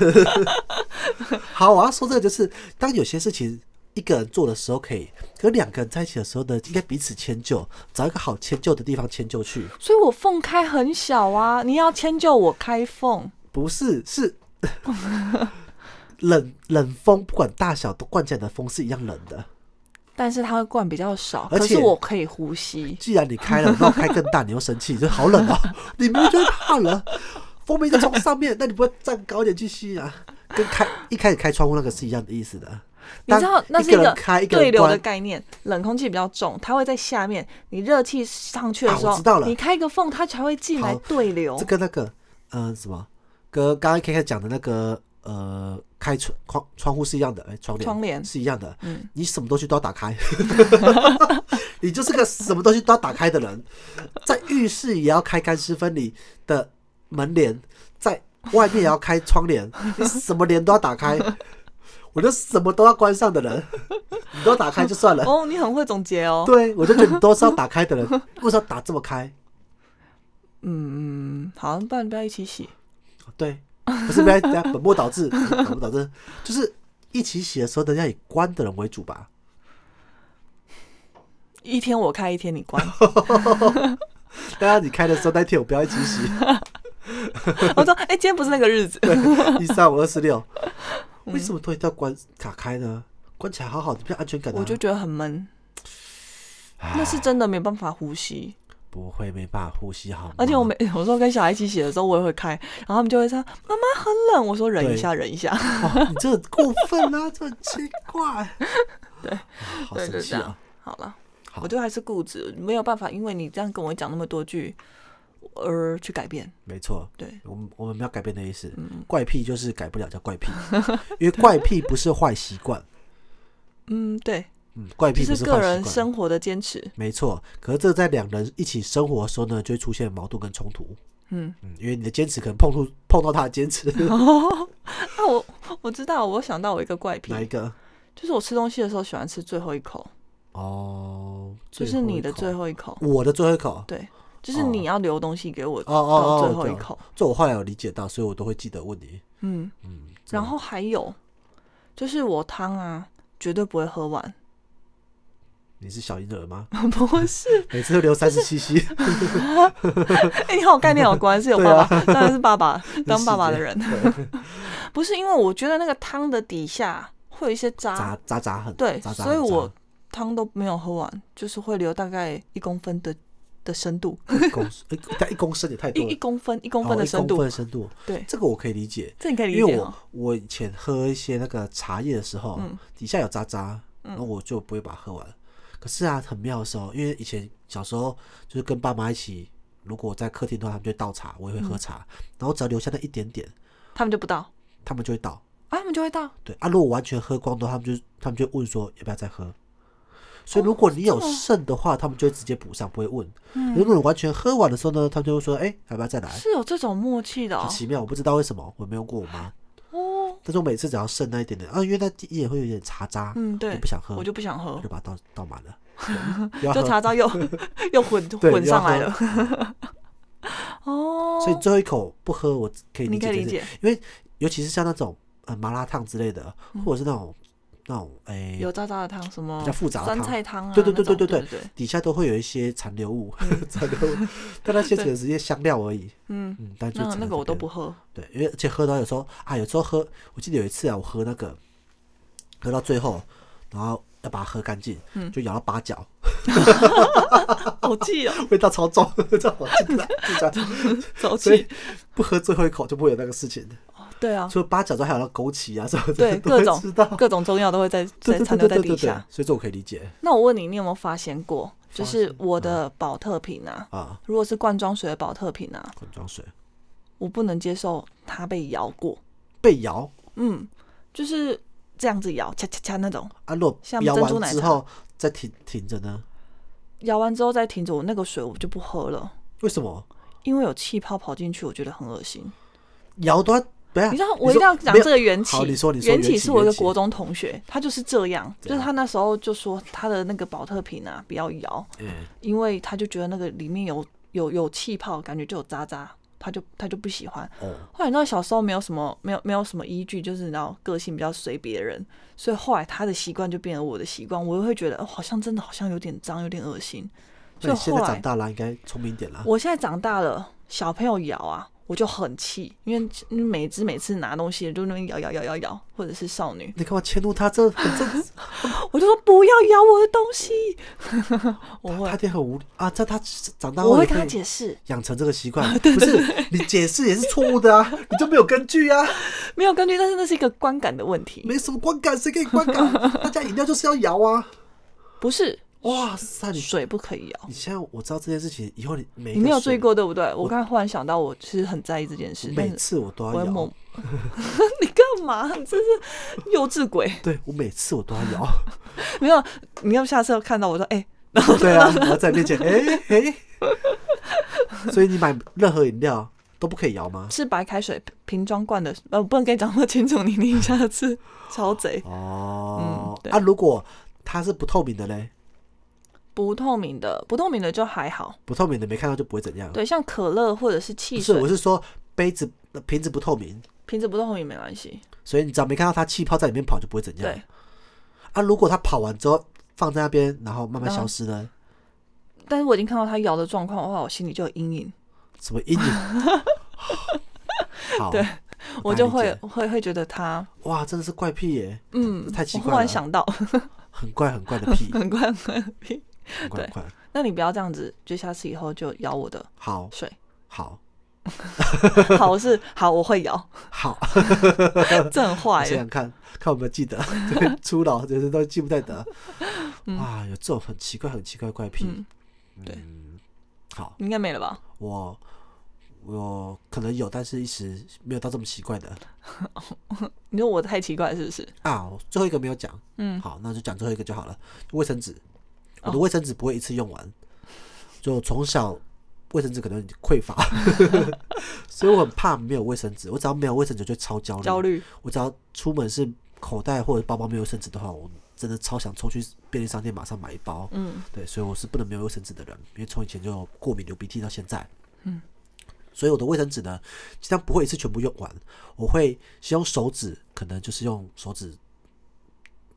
Speaker 2: 好，我要说这个就是，当有些事情一个人做的时候可以，可两个人在一起的时候呢，应该彼此迁就，找一个好迁就的地方迁就去。
Speaker 3: 所以我缝开很小啊。你要迁就我开缝，
Speaker 2: 不是， 是冷冷风，不管大小，都灌进来的风是一样冷的。
Speaker 3: 但是它会灌比较少，
Speaker 2: 而
Speaker 3: 可
Speaker 2: 且
Speaker 3: 是我可以呼吸。
Speaker 2: 既然你开了，那我开更大，你又生气，就好冷 哦。你明明就会怕冷，风明明就从上面，那你不会站高一点去吸啊？跟开一开始开窗户那个是一样的意思的。
Speaker 3: 你知道
Speaker 2: 当
Speaker 3: 那是
Speaker 2: 一
Speaker 3: 个
Speaker 2: 人开一个
Speaker 3: 对
Speaker 2: 人
Speaker 3: 流的
Speaker 2: 关，
Speaker 3: 概念，冷空气比较重，它会在下面。你热气上去的
Speaker 2: 啊
Speaker 3: 时
Speaker 2: 我
Speaker 3: 候，
Speaker 2: 知道了
Speaker 3: 你开个缝，它才会进来
Speaker 2: 好
Speaker 3: 对流
Speaker 2: 这。跟那个呃什么，跟刚刚 K K 讲的那个呃开窗窗窗户是一样的，哎、窗帘
Speaker 3: 窗帘
Speaker 2: 是一样的。
Speaker 3: 嗯
Speaker 2: 你什么东西都要打开，你就是个什么东西都要打开的人，在浴室也要开干湿分离的门帘，在外面也要开窗帘，你什么帘都要打开。我就什么都要关上的人，你都打开就算了。
Speaker 3: 哦，你很会总结哦。
Speaker 2: 对，我就觉得你都是要打开的人，为什么要打这么开？
Speaker 3: 嗯，好，不然不要一起洗。
Speaker 2: 对，不是不要等下本末倒置， 本末倒置就是一起洗的时候，人家以关的人为主吧。
Speaker 3: 一天我开，一天你 关。
Speaker 2: 大家你开的时候那天我不要一起洗，
Speaker 3: 我说，哎、今天不是那个日
Speaker 2: 啊
Speaker 3: 子。
Speaker 2: 一三五二四六，
Speaker 3: 嗯
Speaker 2: 为什么东西都要关打开呢？关起来好好的，比较安全感、啊。
Speaker 3: 我就觉得很闷，那是真的没办法呼吸。
Speaker 2: 不会没办法呼吸好吗，
Speaker 3: 而 且我每有时候跟小孩一起洗的时候，我也会开，然后他们就会说：“妈妈很冷。”我说：“忍一下，忍一下。
Speaker 2: 哇，哦你这很过分啊， 这很奇怪。对，好
Speaker 3: 对
Speaker 2: 生
Speaker 3: 就
Speaker 2: 气
Speaker 3: 这样
Speaker 2: 啊！。
Speaker 3: 好了，
Speaker 2: 好
Speaker 3: 我就还是固执，没有办法，因为你这样跟我讲那么多句，而去改变。
Speaker 2: 没错，
Speaker 3: 对，
Speaker 2: 我们我们要改变的意思，
Speaker 3: 嗯
Speaker 2: 怪癖就是改不了叫怪癖，因为怪癖不是坏习惯，
Speaker 3: 嗯，对，
Speaker 2: 嗯，怪
Speaker 3: 这
Speaker 2: 癖不
Speaker 3: 是
Speaker 2: 坏习
Speaker 3: 个
Speaker 2: 惯。
Speaker 3: 人生活的坚持。
Speaker 2: 没错，可是这在两人一起生活的时候呢，就会出现矛盾跟冲突。
Speaker 3: 嗯，
Speaker 2: 嗯，因为你的坚持可能碰触碰到他的坚持，
Speaker 3: 啊，我我知道，我想到我一个怪癖
Speaker 2: 哪，一个？
Speaker 3: 就是我吃东西的时候喜欢吃最后一口，
Speaker 2: 哦，
Speaker 3: 就是你的最
Speaker 2: 后
Speaker 3: 后一口
Speaker 2: 一。口，我的最后一口。
Speaker 3: 对，就是
Speaker 2: 哦
Speaker 3: 你要留东西给我
Speaker 2: 哦哦
Speaker 3: 到
Speaker 2: 哦，
Speaker 3: 最后一
Speaker 2: 我知道
Speaker 3: 口。
Speaker 2: 这我后来有理解到，所以我都会记得问你。
Speaker 3: 嗯，
Speaker 2: 嗯，这
Speaker 3: 然后还有就是我汤啊，绝对不会喝完，
Speaker 2: 你是小婴儿吗？
Speaker 3: 不是？
Speaker 2: 每次都留三十七息，
Speaker 3: 哎、你好有概念哦，果然是 有
Speaker 2: 对
Speaker 3: 爸
Speaker 2: 啊
Speaker 3: 爸，当然是爸 爸当
Speaker 2: 细
Speaker 3: 爸爸
Speaker 2: 节
Speaker 3: 的人，
Speaker 2: 对
Speaker 3: 不是因为我觉得那个汤的底下会有一些渣，
Speaker 2: 渣渣渣很
Speaker 3: 对，
Speaker 2: 渣渣
Speaker 3: 所以
Speaker 2: 很渣
Speaker 3: 我汤都没有喝完，就是会留大概一公分的的深度，
Speaker 2: 一公一但一公升也太
Speaker 3: 一
Speaker 2: 多了，
Speaker 3: 一
Speaker 2: 一
Speaker 3: 公分一公分的深
Speaker 2: 哦一公
Speaker 3: 度，
Speaker 2: 分的深度，
Speaker 3: 对，
Speaker 2: 这个我可以理解，
Speaker 3: 这你可以
Speaker 2: 因
Speaker 3: 理
Speaker 2: 为
Speaker 3: 解
Speaker 2: 我
Speaker 3: 哦。
Speaker 2: 我以前喝一些那个茶叶的时候，
Speaker 3: 嗯
Speaker 2: 底下有渣渣，然后我就不会把它喝完。可是啊，很妙的时候，因为以前小时候就是跟爸妈一起，如果在客厅的话，他们就会倒茶，我也会喝茶，
Speaker 3: 嗯
Speaker 2: 然后只要留下那一点点，
Speaker 3: 他们就不到，啊，
Speaker 2: 他们就会倒。
Speaker 3: 他们就会到，
Speaker 2: 对啊，如果完全喝光的话，他们就他们就问说要不要再喝。所以如果你
Speaker 3: 哦
Speaker 2: 有
Speaker 3: 啊
Speaker 2: 剩的话，他们就会直接补上，不会问。如果你完全喝完的时候呢，他们就会说：“哎、要不要再来
Speaker 3: 嗯是有这种默契的？”哦
Speaker 2: 很。奇妙，我不知道为什么，我没有问过我妈，
Speaker 3: 哦，
Speaker 2: 但是我每次只要剩那一点点啊，因为那也会有点茶渣，
Speaker 3: 嗯，对，
Speaker 2: 我不想喝，
Speaker 3: 我就不想喝
Speaker 2: 我就，把它倒倒满 了，不要
Speaker 3: 就
Speaker 2: 喝
Speaker 3: 茶渣又 又混
Speaker 2: 对
Speaker 3: 混上来
Speaker 2: 不要
Speaker 3: 了。哦，
Speaker 2: 所以最后一口不喝，我可以理
Speaker 3: 你
Speaker 2: 解
Speaker 3: 可
Speaker 2: 这件
Speaker 3: 以理
Speaker 2: 事，
Speaker 3: 解，
Speaker 2: 因为尤其是像那种啊、呃麻辣烫之类的，
Speaker 3: 嗯
Speaker 2: 或者是那种那种诶、
Speaker 3: 油炸炸的汤，什么
Speaker 2: 比较复杂的
Speaker 3: 酸
Speaker 2: 汤
Speaker 3: 菜汤啊，
Speaker 2: 对对对
Speaker 3: 那种
Speaker 2: 对
Speaker 3: 对
Speaker 2: 对
Speaker 3: 对对，
Speaker 2: 底下都会有一些残留物， 残留 物，但那些只是一些香料而已。
Speaker 3: 嗯，
Speaker 2: 嗯，但就
Speaker 3: 那
Speaker 2: 只
Speaker 3: 那
Speaker 2: 能
Speaker 3: 个我
Speaker 2: 这
Speaker 3: 都
Speaker 2: 边
Speaker 3: 不喝，
Speaker 2: 对，因为而且喝到有时候啊，有时候喝，我记得有一次啊，我喝那个喝到最后，然后要把它喝干净，
Speaker 3: 嗯
Speaker 2: 就咬到八角，
Speaker 3: 好 气哦，
Speaker 2: 味道超重，这我记 得记得，
Speaker 3: 早
Speaker 2: 所以
Speaker 3: 气，
Speaker 2: 不喝最后一口就不会有那个事情。
Speaker 3: 对啊，
Speaker 2: 除了八角之外，还有那枸杞啊什么的，
Speaker 3: 对
Speaker 2: 都
Speaker 3: 各
Speaker 2: 会
Speaker 3: 种
Speaker 2: 知道。
Speaker 3: 各种中药都会在
Speaker 2: 对
Speaker 3: 在
Speaker 2: 对
Speaker 3: 残
Speaker 2: 对
Speaker 3: 留
Speaker 2: 对
Speaker 3: 在
Speaker 2: 对
Speaker 3: 地
Speaker 2: 对对，
Speaker 3: 下。
Speaker 2: 所以这我可以理解
Speaker 3: 那我问你，你有没有发现过，就
Speaker 2: 发嗯
Speaker 3: 是我的保特瓶啊，
Speaker 2: 啊。
Speaker 3: 如果是罐装水的保特瓶啊，
Speaker 2: 滚装水
Speaker 3: 我不能接受它被摇过，
Speaker 2: 被摇
Speaker 3: 嗯，就是这样子摇，恰恰恰那种，
Speaker 2: 啊，若
Speaker 3: 像
Speaker 2: 摇
Speaker 3: 珍珠
Speaker 2: 完
Speaker 3: 奶
Speaker 2: 之
Speaker 3: 茶
Speaker 2: 后再停停着呢？
Speaker 3: 摇完之后再停着，我那个水我就不喝了，
Speaker 2: 为什么
Speaker 3: 因为有气泡跑进去，我觉得很恶心。
Speaker 2: 摇都要？等一下
Speaker 3: 你知道
Speaker 2: 啊你
Speaker 3: 我一定
Speaker 2: 说
Speaker 3: 要讲
Speaker 2: 没有
Speaker 3: 这个缘起。
Speaker 2: 好你说你说
Speaker 3: 缘
Speaker 2: 缘
Speaker 3: 起
Speaker 2: 起
Speaker 3: 是我一个
Speaker 2: 缘起啊
Speaker 3: 国中同学，他就是这样，
Speaker 2: 怎
Speaker 3: 就
Speaker 2: 样
Speaker 3: 是他那时候就说他的那个保特瓶啊不要摇，
Speaker 2: 嗯
Speaker 3: 因为他就觉得那个里面有有有气泡，感觉就有渣渣，他就他就不喜欢。
Speaker 2: 哦，
Speaker 3: 后来你知道小时候没有什么没有没有什么依据，就是你知道个性比较随别人，所以后来他的习惯就变成我的习惯，我又会觉得、哦、好像真的好像有点脏，有点恶心。
Speaker 2: 那你
Speaker 3: 所以
Speaker 2: 现
Speaker 3: 后
Speaker 2: 在
Speaker 3: 来
Speaker 2: 长大了，应该聪明一点啦。
Speaker 3: 我现在长大了，小朋友摇啊，我就很气，因为因为每只每次拿东西就那边摇摇摇摇摇，或者是少女，
Speaker 2: 你干嘛迁怒他？这很正，
Speaker 3: 我就说不要摇我的东西。 我
Speaker 2: 他
Speaker 3: 会，
Speaker 2: 也很无理啊。这他长大后
Speaker 3: 我会
Speaker 2: 也
Speaker 3: 跟他
Speaker 2: 可以
Speaker 3: 解释，
Speaker 2: 养成这个习 惯，不是你解释也是错误的啊，你就没有根据啊，
Speaker 3: 没有根据，但是那是一个观感的问题，
Speaker 2: 没什么观感，谁给你观感？大家饮料就是要摇 啊！
Speaker 3: 不是
Speaker 2: 哇塞，你
Speaker 3: 水不可以摇。
Speaker 2: 你现在我知道这件事情，以后你每一
Speaker 3: 你
Speaker 2: 个
Speaker 3: 没有
Speaker 2: 水
Speaker 3: 追，过对不对？我刚才忽然想到，我其实很在意这件事，但
Speaker 2: 每
Speaker 3: 是
Speaker 2: 次我都
Speaker 3: 我
Speaker 2: 要
Speaker 3: 会
Speaker 2: 摇
Speaker 3: 猛。。 你干嘛？你真是幼稚鬼！
Speaker 2: 对我每次我都要 摇，
Speaker 3: 没有，你要下次看到我说，哎、
Speaker 2: 对啊，然后在面前，哎、哎、所以你买任何饮料都不可以摇 吗？
Speaker 3: 是白开水瓶装罐的，呃，不能跟你讲那么清楚，你你下 次超贼
Speaker 2: 哦，
Speaker 3: 嗯对
Speaker 2: 啊，如果它是不透明的嘞，
Speaker 3: 不透明的，不透明的就还好。
Speaker 2: 不透明的没看到就不会怎样。
Speaker 3: 对，像可乐或者是汽
Speaker 2: 不是，我
Speaker 3: 水，
Speaker 2: 是说杯子呃瓶子不透明，
Speaker 3: 瓶子不透明没关系。
Speaker 2: 所以你只要没看到它气泡在里面跑就不会怎样。
Speaker 3: 对，
Speaker 2: 啊，如果它跑完之后放在那边，然后慢慢
Speaker 3: 然后
Speaker 2: 消失呢？
Speaker 3: 但是我已经看到它摇的状况的话，我心里就有阴影，
Speaker 2: 什么阴 影？好，
Speaker 3: 对
Speaker 2: 大
Speaker 3: 我就
Speaker 2: 理
Speaker 3: 会
Speaker 2: 解
Speaker 3: 会会觉得它，
Speaker 2: 哇，真的是怪癖耶，
Speaker 3: 嗯，
Speaker 2: 太奇
Speaker 3: 我忽
Speaker 2: 怪
Speaker 3: 然
Speaker 2: 了
Speaker 3: 想到，
Speaker 2: 很怪很怪的癖，
Speaker 3: 很怪很怪。
Speaker 2: 很怪很怪。
Speaker 3: 那你不要这样子，就下次以后就摇我的
Speaker 2: 好
Speaker 3: 水。
Speaker 2: 好
Speaker 3: 好，我是好，我会摇，
Speaker 2: 好，
Speaker 3: 这很坏
Speaker 2: 想
Speaker 3: 欸耶。
Speaker 2: 想看看有没有记得， 对初老有时都记不太得。啊，有这种很奇怪很奇怪的怪癖。
Speaker 3: 嗯对
Speaker 2: 嗯，好，
Speaker 3: 应该没了吧？
Speaker 2: 我我可能有，但是一时没有到这么奇怪的
Speaker 3: 你说我太奇怪是不是？
Speaker 2: 啊。我最后一个没有讲，
Speaker 3: 嗯，
Speaker 2: 好，那就讲最后一个就好了。卫生纸，我的
Speaker 3: 哦
Speaker 2: 卫生纸不会一次用完，就从小卫生纸可能匮乏， 所以我很怕没有卫生纸。我只要没有卫生纸就超焦虑，
Speaker 3: 焦虑。
Speaker 2: 我只要出门是口袋或者包包没有卫生纸的话，我真的超想冲去便利商店马上买一包。
Speaker 3: 嗯，
Speaker 2: 对，所以我是不能没有卫生纸的人，因为从以前就过敏流鼻涕到现在。
Speaker 3: 嗯，
Speaker 2: 所以我的卫生纸呢，尽量不会一次全部用完，我会先用手指，可能就是用手指，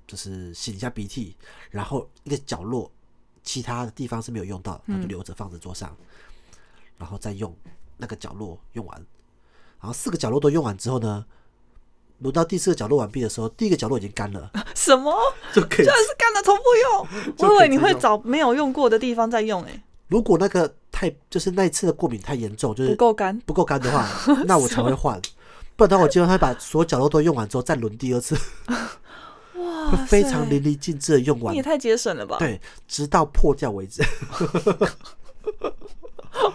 Speaker 2: 就是擤一下鼻涕，然后一个角落，其他的地方是没有用到，
Speaker 3: 嗯
Speaker 2: 那就留着放在桌上，然后再用那个角落用完，然后四个角落都用完之后呢。轮到第四个角落完毕的时候，第一个角落已经干 了，
Speaker 3: 什么？
Speaker 2: 就可以
Speaker 3: 居然是干了 重复
Speaker 2: 就可以
Speaker 3: 用，我以为你
Speaker 2: 直
Speaker 3: 会
Speaker 2: 用
Speaker 3: 找没有用过的地方再用、欸，
Speaker 2: 如果那个太就是那一次的过敏太严重，就
Speaker 3: 不
Speaker 2: 是
Speaker 3: 够干，
Speaker 2: 不够干的话， 那我才会换。不然的话，我基本上会把所有角落都用完之后再轮第二次， 会
Speaker 3: 哇
Speaker 2: 非常
Speaker 3: 塞
Speaker 2: 淋漓尽致的用完
Speaker 3: 你也，太节省了吧？，
Speaker 2: 对，直到破掉为止。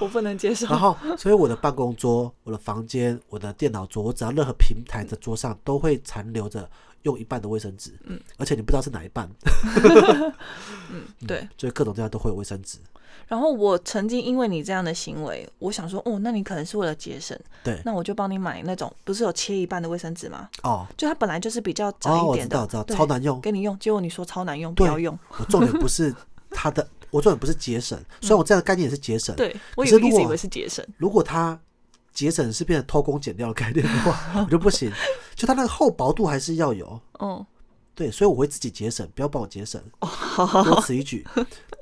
Speaker 3: 我不能接 受。
Speaker 2: 然后，所以我的办公桌、我的房间、我的电脑桌，我只要任何平台的桌上都会残留着用一半的卫生纸，嗯，而且你不知道是哪一 半，
Speaker 3: 对，
Speaker 2: 所以各种地方都会有卫生纸。
Speaker 3: 然后我曾经因为你这样的行为，我想说，哦，那你可能是为了节省，
Speaker 2: 对，
Speaker 3: 那我就帮你买那种不是有切一半的卫生纸吗？
Speaker 2: 哦，
Speaker 3: 就它本来就是比较窄
Speaker 2: 哦，
Speaker 3: 一
Speaker 2: 我知
Speaker 3: 点
Speaker 2: 道，
Speaker 3: 的，
Speaker 2: 我知道，
Speaker 3: 对
Speaker 2: 超难用。
Speaker 3: 给你用，结果你说超难用，不
Speaker 2: 对
Speaker 3: 要用。
Speaker 2: 我重点不是它的，我重点不是节省，虽然我这样的概念也是节省，
Speaker 3: 对，我
Speaker 2: 可
Speaker 3: 以
Speaker 2: 是
Speaker 3: 为
Speaker 2: 如
Speaker 3: 一直以
Speaker 2: 果
Speaker 3: 为是节省，
Speaker 2: 如果它节省是变成偷工减料的概念的话，我就不行。就它那个厚薄度还是要有。
Speaker 3: 嗯，
Speaker 2: 对，所以我会自己节省，不要帮我节省，
Speaker 3: 好好
Speaker 2: 多
Speaker 3: 好，
Speaker 2: 此一举。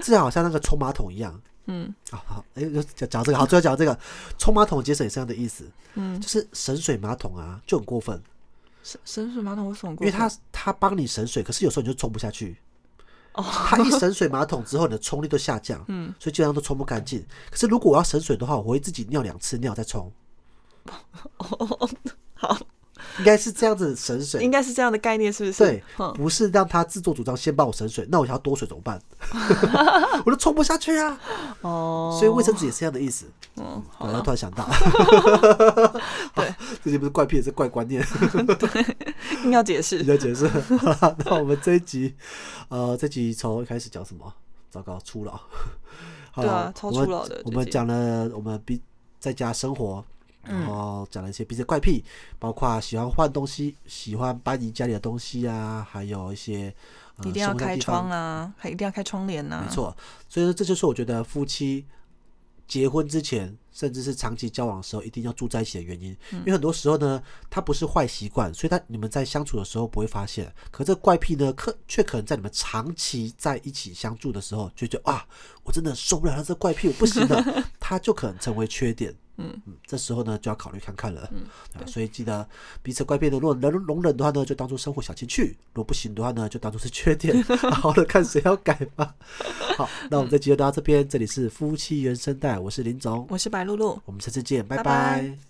Speaker 2: 这好像那个冲马桶一样。
Speaker 3: 哦嗯
Speaker 2: 啊好，哎，就讲讲这个好，最后讲这个冲马桶节省也是这样的意思，
Speaker 3: 嗯，
Speaker 2: 就是省水马桶啊就很过分，
Speaker 3: 神神水马桶为什么过
Speaker 2: 因
Speaker 3: 分？
Speaker 2: 为它它帮你省水，可是有时候你就冲不下去，
Speaker 3: 哦，
Speaker 2: 它一省水马桶之后，你的冲力都下降，
Speaker 3: 嗯，
Speaker 2: 所以基本上都冲不干净。可是如果我要省水的话，我会自己尿两次尿再冲，
Speaker 3: 好，
Speaker 2: 应该是这样子省水，
Speaker 3: 应该是这样的概念，是不是？
Speaker 2: 对，
Speaker 3: 嗯，
Speaker 2: 不是让他自作主张先帮我省水，那我想要多水怎么 办？我都冲不下去啊！
Speaker 3: 哦，
Speaker 2: 所以卫生纸也是这样的意思。
Speaker 3: 嗯，好
Speaker 2: 我要
Speaker 3: 了，
Speaker 2: 突然想到，
Speaker 3: 对，
Speaker 2: 这些不是怪癖，是怪观念。
Speaker 3: 硬要 解
Speaker 2: 比
Speaker 3: 释，
Speaker 2: 较解释。好啦那我们这一集，呃，这集从一开始讲什么？糟糕，初 老。好
Speaker 3: 对
Speaker 2: 啦
Speaker 3: 啊超
Speaker 2: 我们
Speaker 3: 初老的
Speaker 2: 我
Speaker 3: 这
Speaker 2: 们
Speaker 3: 集
Speaker 2: 讲了我们彼在家生活，然后讲了一些彼此的怪癖，包括喜欢换东西、喜欢搬移家里的东西啊，还有一些、呃、
Speaker 3: 一定要
Speaker 2: 生活上
Speaker 3: 开
Speaker 2: 地方
Speaker 3: 窗啊，还一定要开窗帘啊呐，
Speaker 2: 没，错，所以说这就是我觉得夫妻结婚之前，甚至是长期交往的时候，一定要住在一起的原因。因为很多时候呢，它不是坏习惯，所以他你们在相处的时候不会发现，可这怪癖呢，可却可能在你们长期在一起相处的时候，就觉得啊，我真的受不了他这怪癖，我不行了， 它就可能成为缺点。
Speaker 3: 嗯
Speaker 2: 这时候呢就要考虑看看了。
Speaker 3: 嗯
Speaker 2: 啊，所以记得彼此怪变的，如果能容忍的话呢，就当做生活小情趣；如果不行的话呢，就当做是缺 点，好好的看谁要改吧。好，那我们这集就到这边，这里是夫妻原声带，我是林总，
Speaker 3: 我是白露露。
Speaker 2: 我们下次见，拜
Speaker 3: 拜拜
Speaker 2: 拜